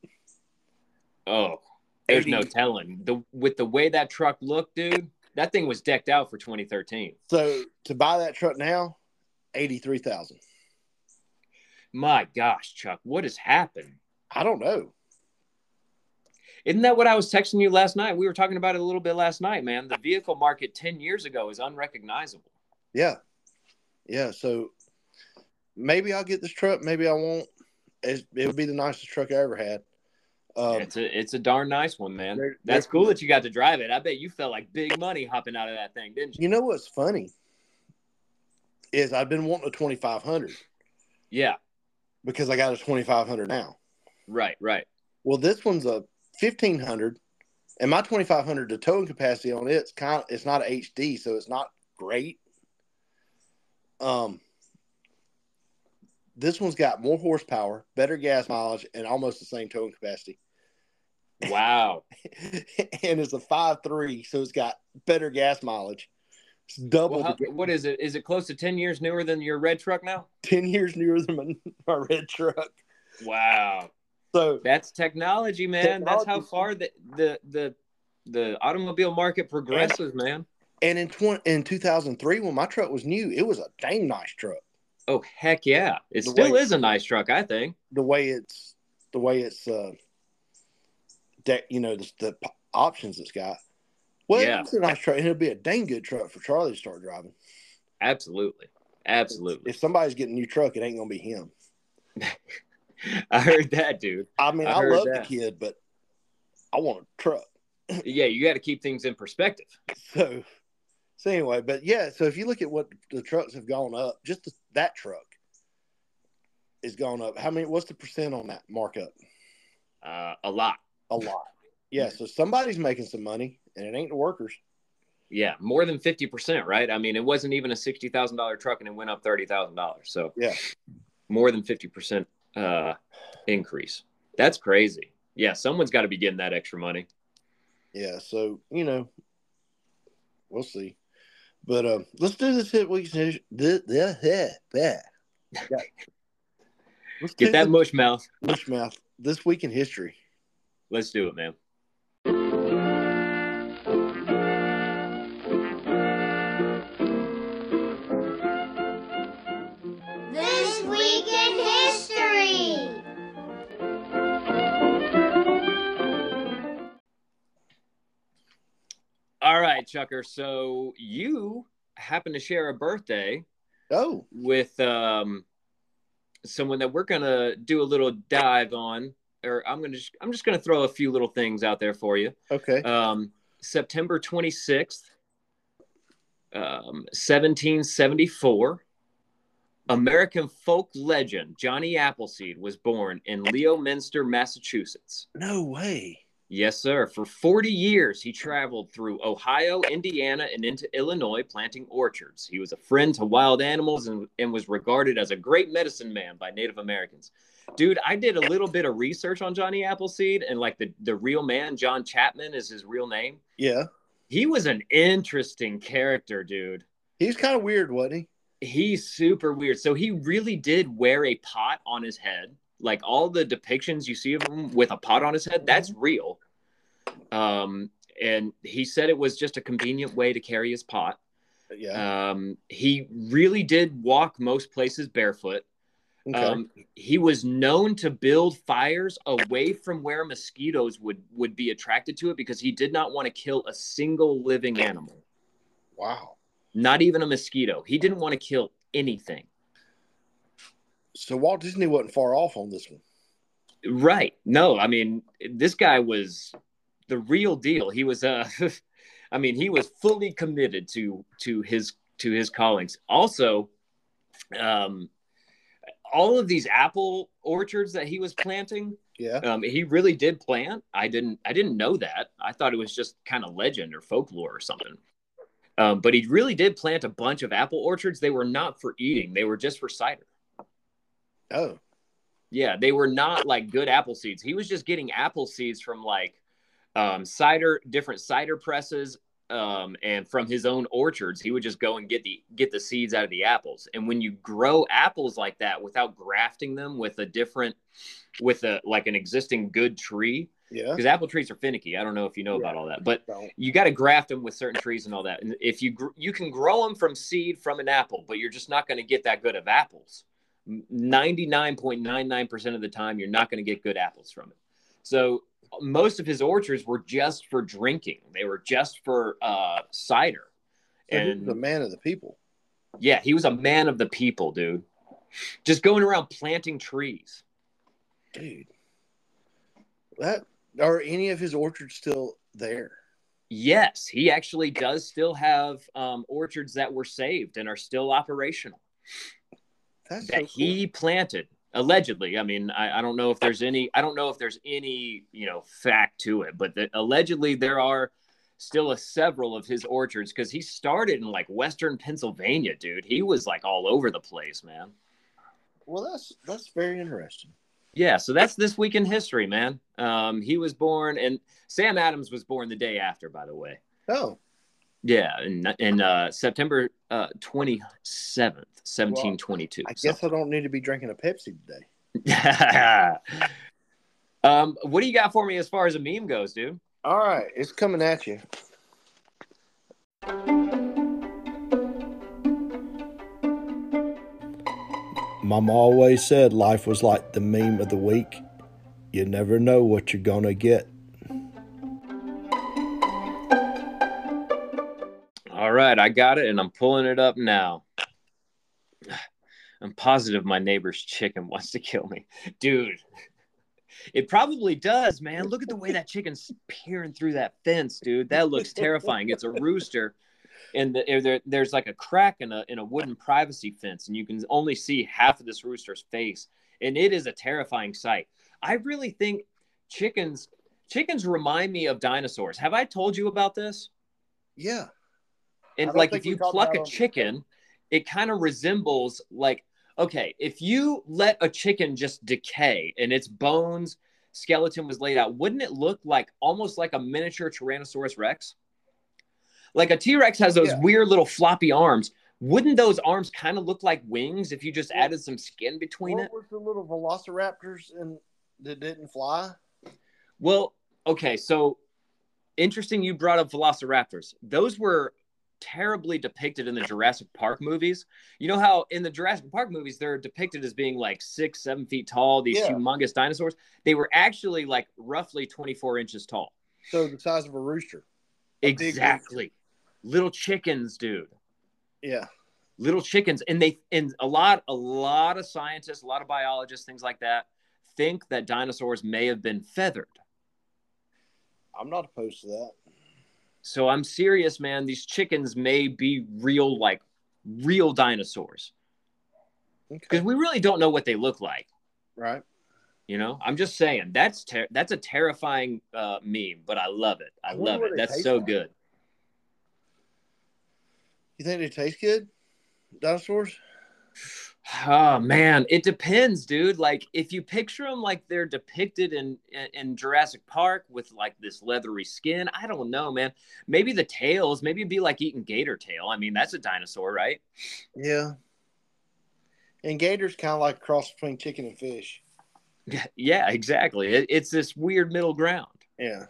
[SPEAKER 3] Oh, there's
[SPEAKER 2] 80.
[SPEAKER 3] no telling. The with the way that truck looked, dude. That thing was decked out for 2013.
[SPEAKER 2] So to buy that truck now, eighty three thousand.
[SPEAKER 3] My gosh, Chuck, what has happened?
[SPEAKER 2] I don't know.
[SPEAKER 3] Isn't that what I was texting you last night? We were talking about it a little bit last night, man. The vehicle market 10 years ago is unrecognizable.
[SPEAKER 2] Yeah, yeah. So maybe I'll get this truck. Maybe I won't. It would be the nicest truck I ever had. Um,
[SPEAKER 3] it's a it's a darn nice one, man.
[SPEAKER 2] There-
[SPEAKER 3] That's
[SPEAKER 2] there-
[SPEAKER 3] cool that you got to drive it. I bet you felt like big money hopping out of that thing, didn't you?
[SPEAKER 2] you know what's funny is I've been wanting a twenty five hundred
[SPEAKER 3] Yeah,
[SPEAKER 2] because I got a twenty five hundred now.
[SPEAKER 3] right, right.
[SPEAKER 2] Well, this one's a fifteen hundred And my 2500, the towing capacity on it's kind, it's not a HD, so it's not great. Um, this one's got more horsepower, better gas mileage, and almost the same towing capacity.
[SPEAKER 3] Wow.
[SPEAKER 2] and it's a five three, so it's got better gas mileage. It's double
[SPEAKER 3] Well, how,
[SPEAKER 2] the ga-
[SPEAKER 3] what is it? Is it close to 10 years newer than your red truck now?
[SPEAKER 2] 10 years newer than my, my red truck.
[SPEAKER 3] Wow.
[SPEAKER 2] So
[SPEAKER 3] That's technology, man. That's how
[SPEAKER 2] Technology.
[SPEAKER 3] far the the the the automobile market progresses, man.
[SPEAKER 2] And in tw- in 2003, when my truck was new, it was a dang nice truck.
[SPEAKER 3] Oh heck yeah. It
[SPEAKER 2] The
[SPEAKER 3] still
[SPEAKER 2] way-
[SPEAKER 3] is a nice truck, I think.
[SPEAKER 2] The way it's the way it's uh, that you know the, the p- options it's got. Well,
[SPEAKER 3] Yeah.
[SPEAKER 2] it's a nice truck. and It'll be a dang good truck for Charlie to start driving.
[SPEAKER 3] Absolutely. Absolutely.
[SPEAKER 2] If somebody's getting a new truck, it ain't gonna be him.
[SPEAKER 3] I heard that, dude.
[SPEAKER 2] I mean,
[SPEAKER 3] I
[SPEAKER 2] I,
[SPEAKER 3] heard
[SPEAKER 2] love
[SPEAKER 3] that.
[SPEAKER 2] the kid, but I want a truck.
[SPEAKER 3] Yeah, you got to keep things in perspective.
[SPEAKER 2] So, so anyway, but yeah. So if you look at what the trucks have gone up, just the, that truck is gone up. How many? What's the percent on that markup?
[SPEAKER 3] Uh, a lot.
[SPEAKER 2] A lot. Yeah. So somebody's making some money, and it ain't the workers.
[SPEAKER 3] Yeah, more than 50%, right? I mean, it wasn't even a $60,000 truck and it went up $30,000. So,
[SPEAKER 2] Yeah.
[SPEAKER 3] more than 50% uh, increase. That's crazy. Yeah, someone's got to be getting that extra money.
[SPEAKER 2] Yeah. So you know, we'll see. But um, let's do this hit week's edition. Th- th- th- th- yeah. Let's do
[SPEAKER 3] Get that
[SPEAKER 2] the
[SPEAKER 3] mush mouth.
[SPEAKER 2] mush mouth this week in history.
[SPEAKER 3] Let's do it, man.
[SPEAKER 6] This Week in History.
[SPEAKER 3] All right, Chucker. So, you happen to share a birthday
[SPEAKER 2] Oh,
[SPEAKER 3] with um, someone that we're going to do a little dive on. Or I'm gonna just, I'm just gonna throw a few little things out there for you.
[SPEAKER 2] okay.
[SPEAKER 3] um, September 26th, um, 1774, American folk legend Johnny Appleseed was born in Leominster, Massachusetts.
[SPEAKER 2] no way.
[SPEAKER 3] Yes, sir. For 40 years, he traveled through Ohio, Indiana, and into Illinois planting orchards. He was a friend to wild animals and, and was regarded as a great medicine man by Native Americans. Dude, I did a little bit of research on Johnny Appleseed, and like the, the real man, John Chapman is his real name.
[SPEAKER 2] Yeah.
[SPEAKER 3] He was an interesting character, dude.
[SPEAKER 2] He's kind of weird, wasn't he?
[SPEAKER 3] He's super weird. So he really did wear a pot on his head. Like all the depictions you see of him with a pot on his head, that's
[SPEAKER 2] Mm-hmm.
[SPEAKER 3] real. Um, and he said it was just a convenient way to carry his pot.
[SPEAKER 2] Yeah.
[SPEAKER 3] Um, he really did walk most places barefoot.
[SPEAKER 2] Okay.
[SPEAKER 3] Um, he was known to build fires away from where mosquitoes would would be attracted to it because he did not want to kill a single living animal.
[SPEAKER 2] wow.
[SPEAKER 3] not even a mosquito. He didn't want to kill anything.
[SPEAKER 2] So Walt Disney wasn't far off on this one.
[SPEAKER 3] Right. No, I mean, this guy was the real deal. He was uh I mean, he was fully committed to to his to his callings. Also, um all of these apple orchards that he was planting,
[SPEAKER 2] Yeah.
[SPEAKER 3] um, he really did plant. I didn't. I didn't know that. I thought it was just kind of legend or folklore or something. Um, but he really did plant a bunch of apple orchards. They were not for eating. They were just for cider.
[SPEAKER 2] Oh.
[SPEAKER 3] Yeah, they were not like good apple seeds. He was just getting apple seeds from like um, cider, different cider presses, um, and from his own orchards. He would just go and get the get the seeds out of the apples. And when you grow apples like that without grafting them with a different, with a like an existing good tree,
[SPEAKER 2] Yeah.
[SPEAKER 3] because apple trees are finicky. I don't know if you know
[SPEAKER 2] Yeah.
[SPEAKER 3] about all that, but
[SPEAKER 2] Don't.
[SPEAKER 3] you got to graft them with certain trees and all that. And if you gr- you can grow them from seed from an apple, but you're just not going to get that good of apples. Ninety nine point nine nine percent of the time, you're not going to get good apples from it. So most of his orchards were just for drinking. They were just for uh, cider.
[SPEAKER 2] So he was
[SPEAKER 3] and-
[SPEAKER 2] the man of the people.
[SPEAKER 3] Yeah, he was a man of the people, dude. Just going around planting trees.
[SPEAKER 2] Dude. That are any of his orchards still there?
[SPEAKER 3] Yes, he actually does still have um, orchards that were saved and are still operational.
[SPEAKER 2] That's so
[SPEAKER 3] that
[SPEAKER 2] cool.
[SPEAKER 3] he planted. allegedly i mean I, I don't know if there's any i don't know if there's any you know fact to it but the, allegedly there are still a several of his orchards because he started in like western pennsylvania dude he was like all over the place man
[SPEAKER 2] Well, that's that's very interesting.
[SPEAKER 3] yeah so that's this week in history man um, he was born and sam adams was born the day after by the way
[SPEAKER 2] Oh,
[SPEAKER 3] yeah in, in uh, september uh, 27th 1722
[SPEAKER 2] I guess I don't need to be drinking a Pepsi today.
[SPEAKER 3] um, what do you got for me as far as a meme goes, dude?
[SPEAKER 2] All right, it's coming at you.
[SPEAKER 7] Mama always said life was like the meme of the week. You never know what you're going to get.
[SPEAKER 3] All right, I got it, and I'm pulling it up now. I'm positive my neighbor's chicken wants to kill me, dude. It probably does, man. Look at the way that chicken's peering through that fence, dude. That looks terrifying. It's a rooster, and the, and there, there's like a crack in a in a wooden privacy fence, and you can only see half of this rooster's face, and it is a terrifying sight. I really think chickens chickens remind me of dinosaurs. Have I told you about this?
[SPEAKER 2] Yeah, I
[SPEAKER 3] and
[SPEAKER 2] don't
[SPEAKER 3] like
[SPEAKER 2] think
[SPEAKER 3] if
[SPEAKER 2] we
[SPEAKER 3] you
[SPEAKER 2] talked
[SPEAKER 3] pluck
[SPEAKER 2] about um, it
[SPEAKER 3] a
[SPEAKER 2] on the-
[SPEAKER 3] chicken it kind of resembles like okay if you let a chicken just decay and its bones skeleton was laid out wouldn't it look like almost like a miniature tyrannosaurus rex like a t-rex has those
[SPEAKER 2] Yeah.
[SPEAKER 3] weird little floppy arms wouldn't those arms kind of look like wings if you just added some skin between
[SPEAKER 2] what
[SPEAKER 3] it
[SPEAKER 2] was the little velociraptors and that didn't fly?
[SPEAKER 3] Well, okay, so interesting you brought up velociraptors. Those were terribly depicted in the Jurassic Park movies. You know how in the Jurassic Park movies they're depicted as being like six, seven feet tall, these
[SPEAKER 2] Yeah.
[SPEAKER 3] humongous dinosaurs. They were actually like roughly 24 inches tall.
[SPEAKER 2] So the size of a rooster. A big rooster.
[SPEAKER 3] Exactly. Little chickens, dude.
[SPEAKER 2] Yeah,
[SPEAKER 3] Little chickens. And they and a lot, a lot of scientists, a lot of biologists, things like that, think that dinosaurs may have been feathered.
[SPEAKER 2] I'm not opposed to that.
[SPEAKER 3] So I'm serious, man. These chickens may be real, like real dinosaurs,
[SPEAKER 2] Okay,
[SPEAKER 3] because we really don't know what they look like.
[SPEAKER 2] right.
[SPEAKER 3] You know, I'm just saying that's ter- that's a terrifying uh, meme, but I love it. I,
[SPEAKER 2] I wonder
[SPEAKER 3] love
[SPEAKER 2] what
[SPEAKER 3] it.
[SPEAKER 2] it
[SPEAKER 3] That's
[SPEAKER 2] tastes
[SPEAKER 3] so
[SPEAKER 2] like.
[SPEAKER 3] good.
[SPEAKER 2] You think they taste good? Dinosaurs?
[SPEAKER 3] Oh man, it depends, dude. Like if you picture them like they're depicted in, in in Jurassic Park with like this leathery skin, I don't know, man. Maybe the tails, maybe it'd be like eating gator tail. I mean, that's a dinosaur, right?
[SPEAKER 2] Yeah. And gator's kind of like a cross between chicken and fish.
[SPEAKER 3] yeah, exactly. It, it's this weird middle ground.
[SPEAKER 2] Yeah.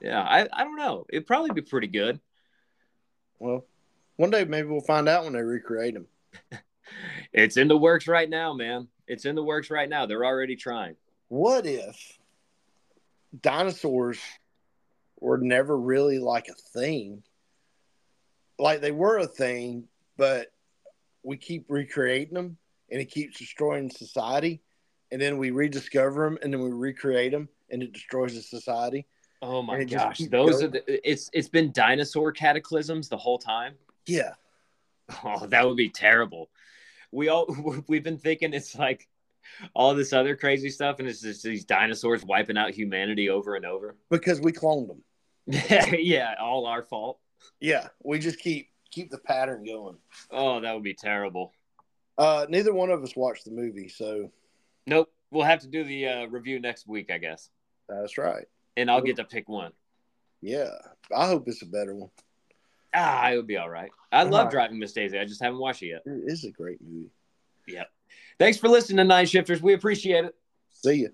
[SPEAKER 3] Yeah, I, I don't know. It'd probably be pretty good.
[SPEAKER 2] Well, one day maybe we'll find out when they recreate them.
[SPEAKER 3] It's in the works right now, man. It's in the works right now. They're already trying.
[SPEAKER 2] What if dinosaurs were never really like a thing? Like they were a thing, but we keep recreating them and it keeps destroying society. And then we rediscover them and then we recreate them and it destroys the society.
[SPEAKER 3] Oh my
[SPEAKER 2] And it just
[SPEAKER 3] gosh,
[SPEAKER 2] keep
[SPEAKER 3] those
[SPEAKER 2] going.
[SPEAKER 3] are the, it's it's been dinosaur cataclysms the whole time.
[SPEAKER 2] Yeah.
[SPEAKER 3] Oh, that would be terrible. We all we've been thinking it's like all this other crazy stuff, and it's just these dinosaurs wiping out humanity over and over.
[SPEAKER 2] Because we cloned them.
[SPEAKER 3] yeah, all our fault.
[SPEAKER 2] Yeah. We just keep keep the pattern going.
[SPEAKER 3] Oh, that would be terrible.
[SPEAKER 2] Uh, neither one of us watched the movie, so
[SPEAKER 3] Nope, we'll have to do the uh, review next week, I guess,
[SPEAKER 2] that's right.
[SPEAKER 3] and I'll get to pick one.
[SPEAKER 2] Yeah, I hope it's a better one.
[SPEAKER 3] Ah, it would be all right. I love
[SPEAKER 2] Alright.
[SPEAKER 3] driving Miss Daisy. I just haven't watched it yet.
[SPEAKER 2] It is a great movie.
[SPEAKER 3] Thanks for listening to Night Shifters. We appreciate it.
[SPEAKER 2] See ya.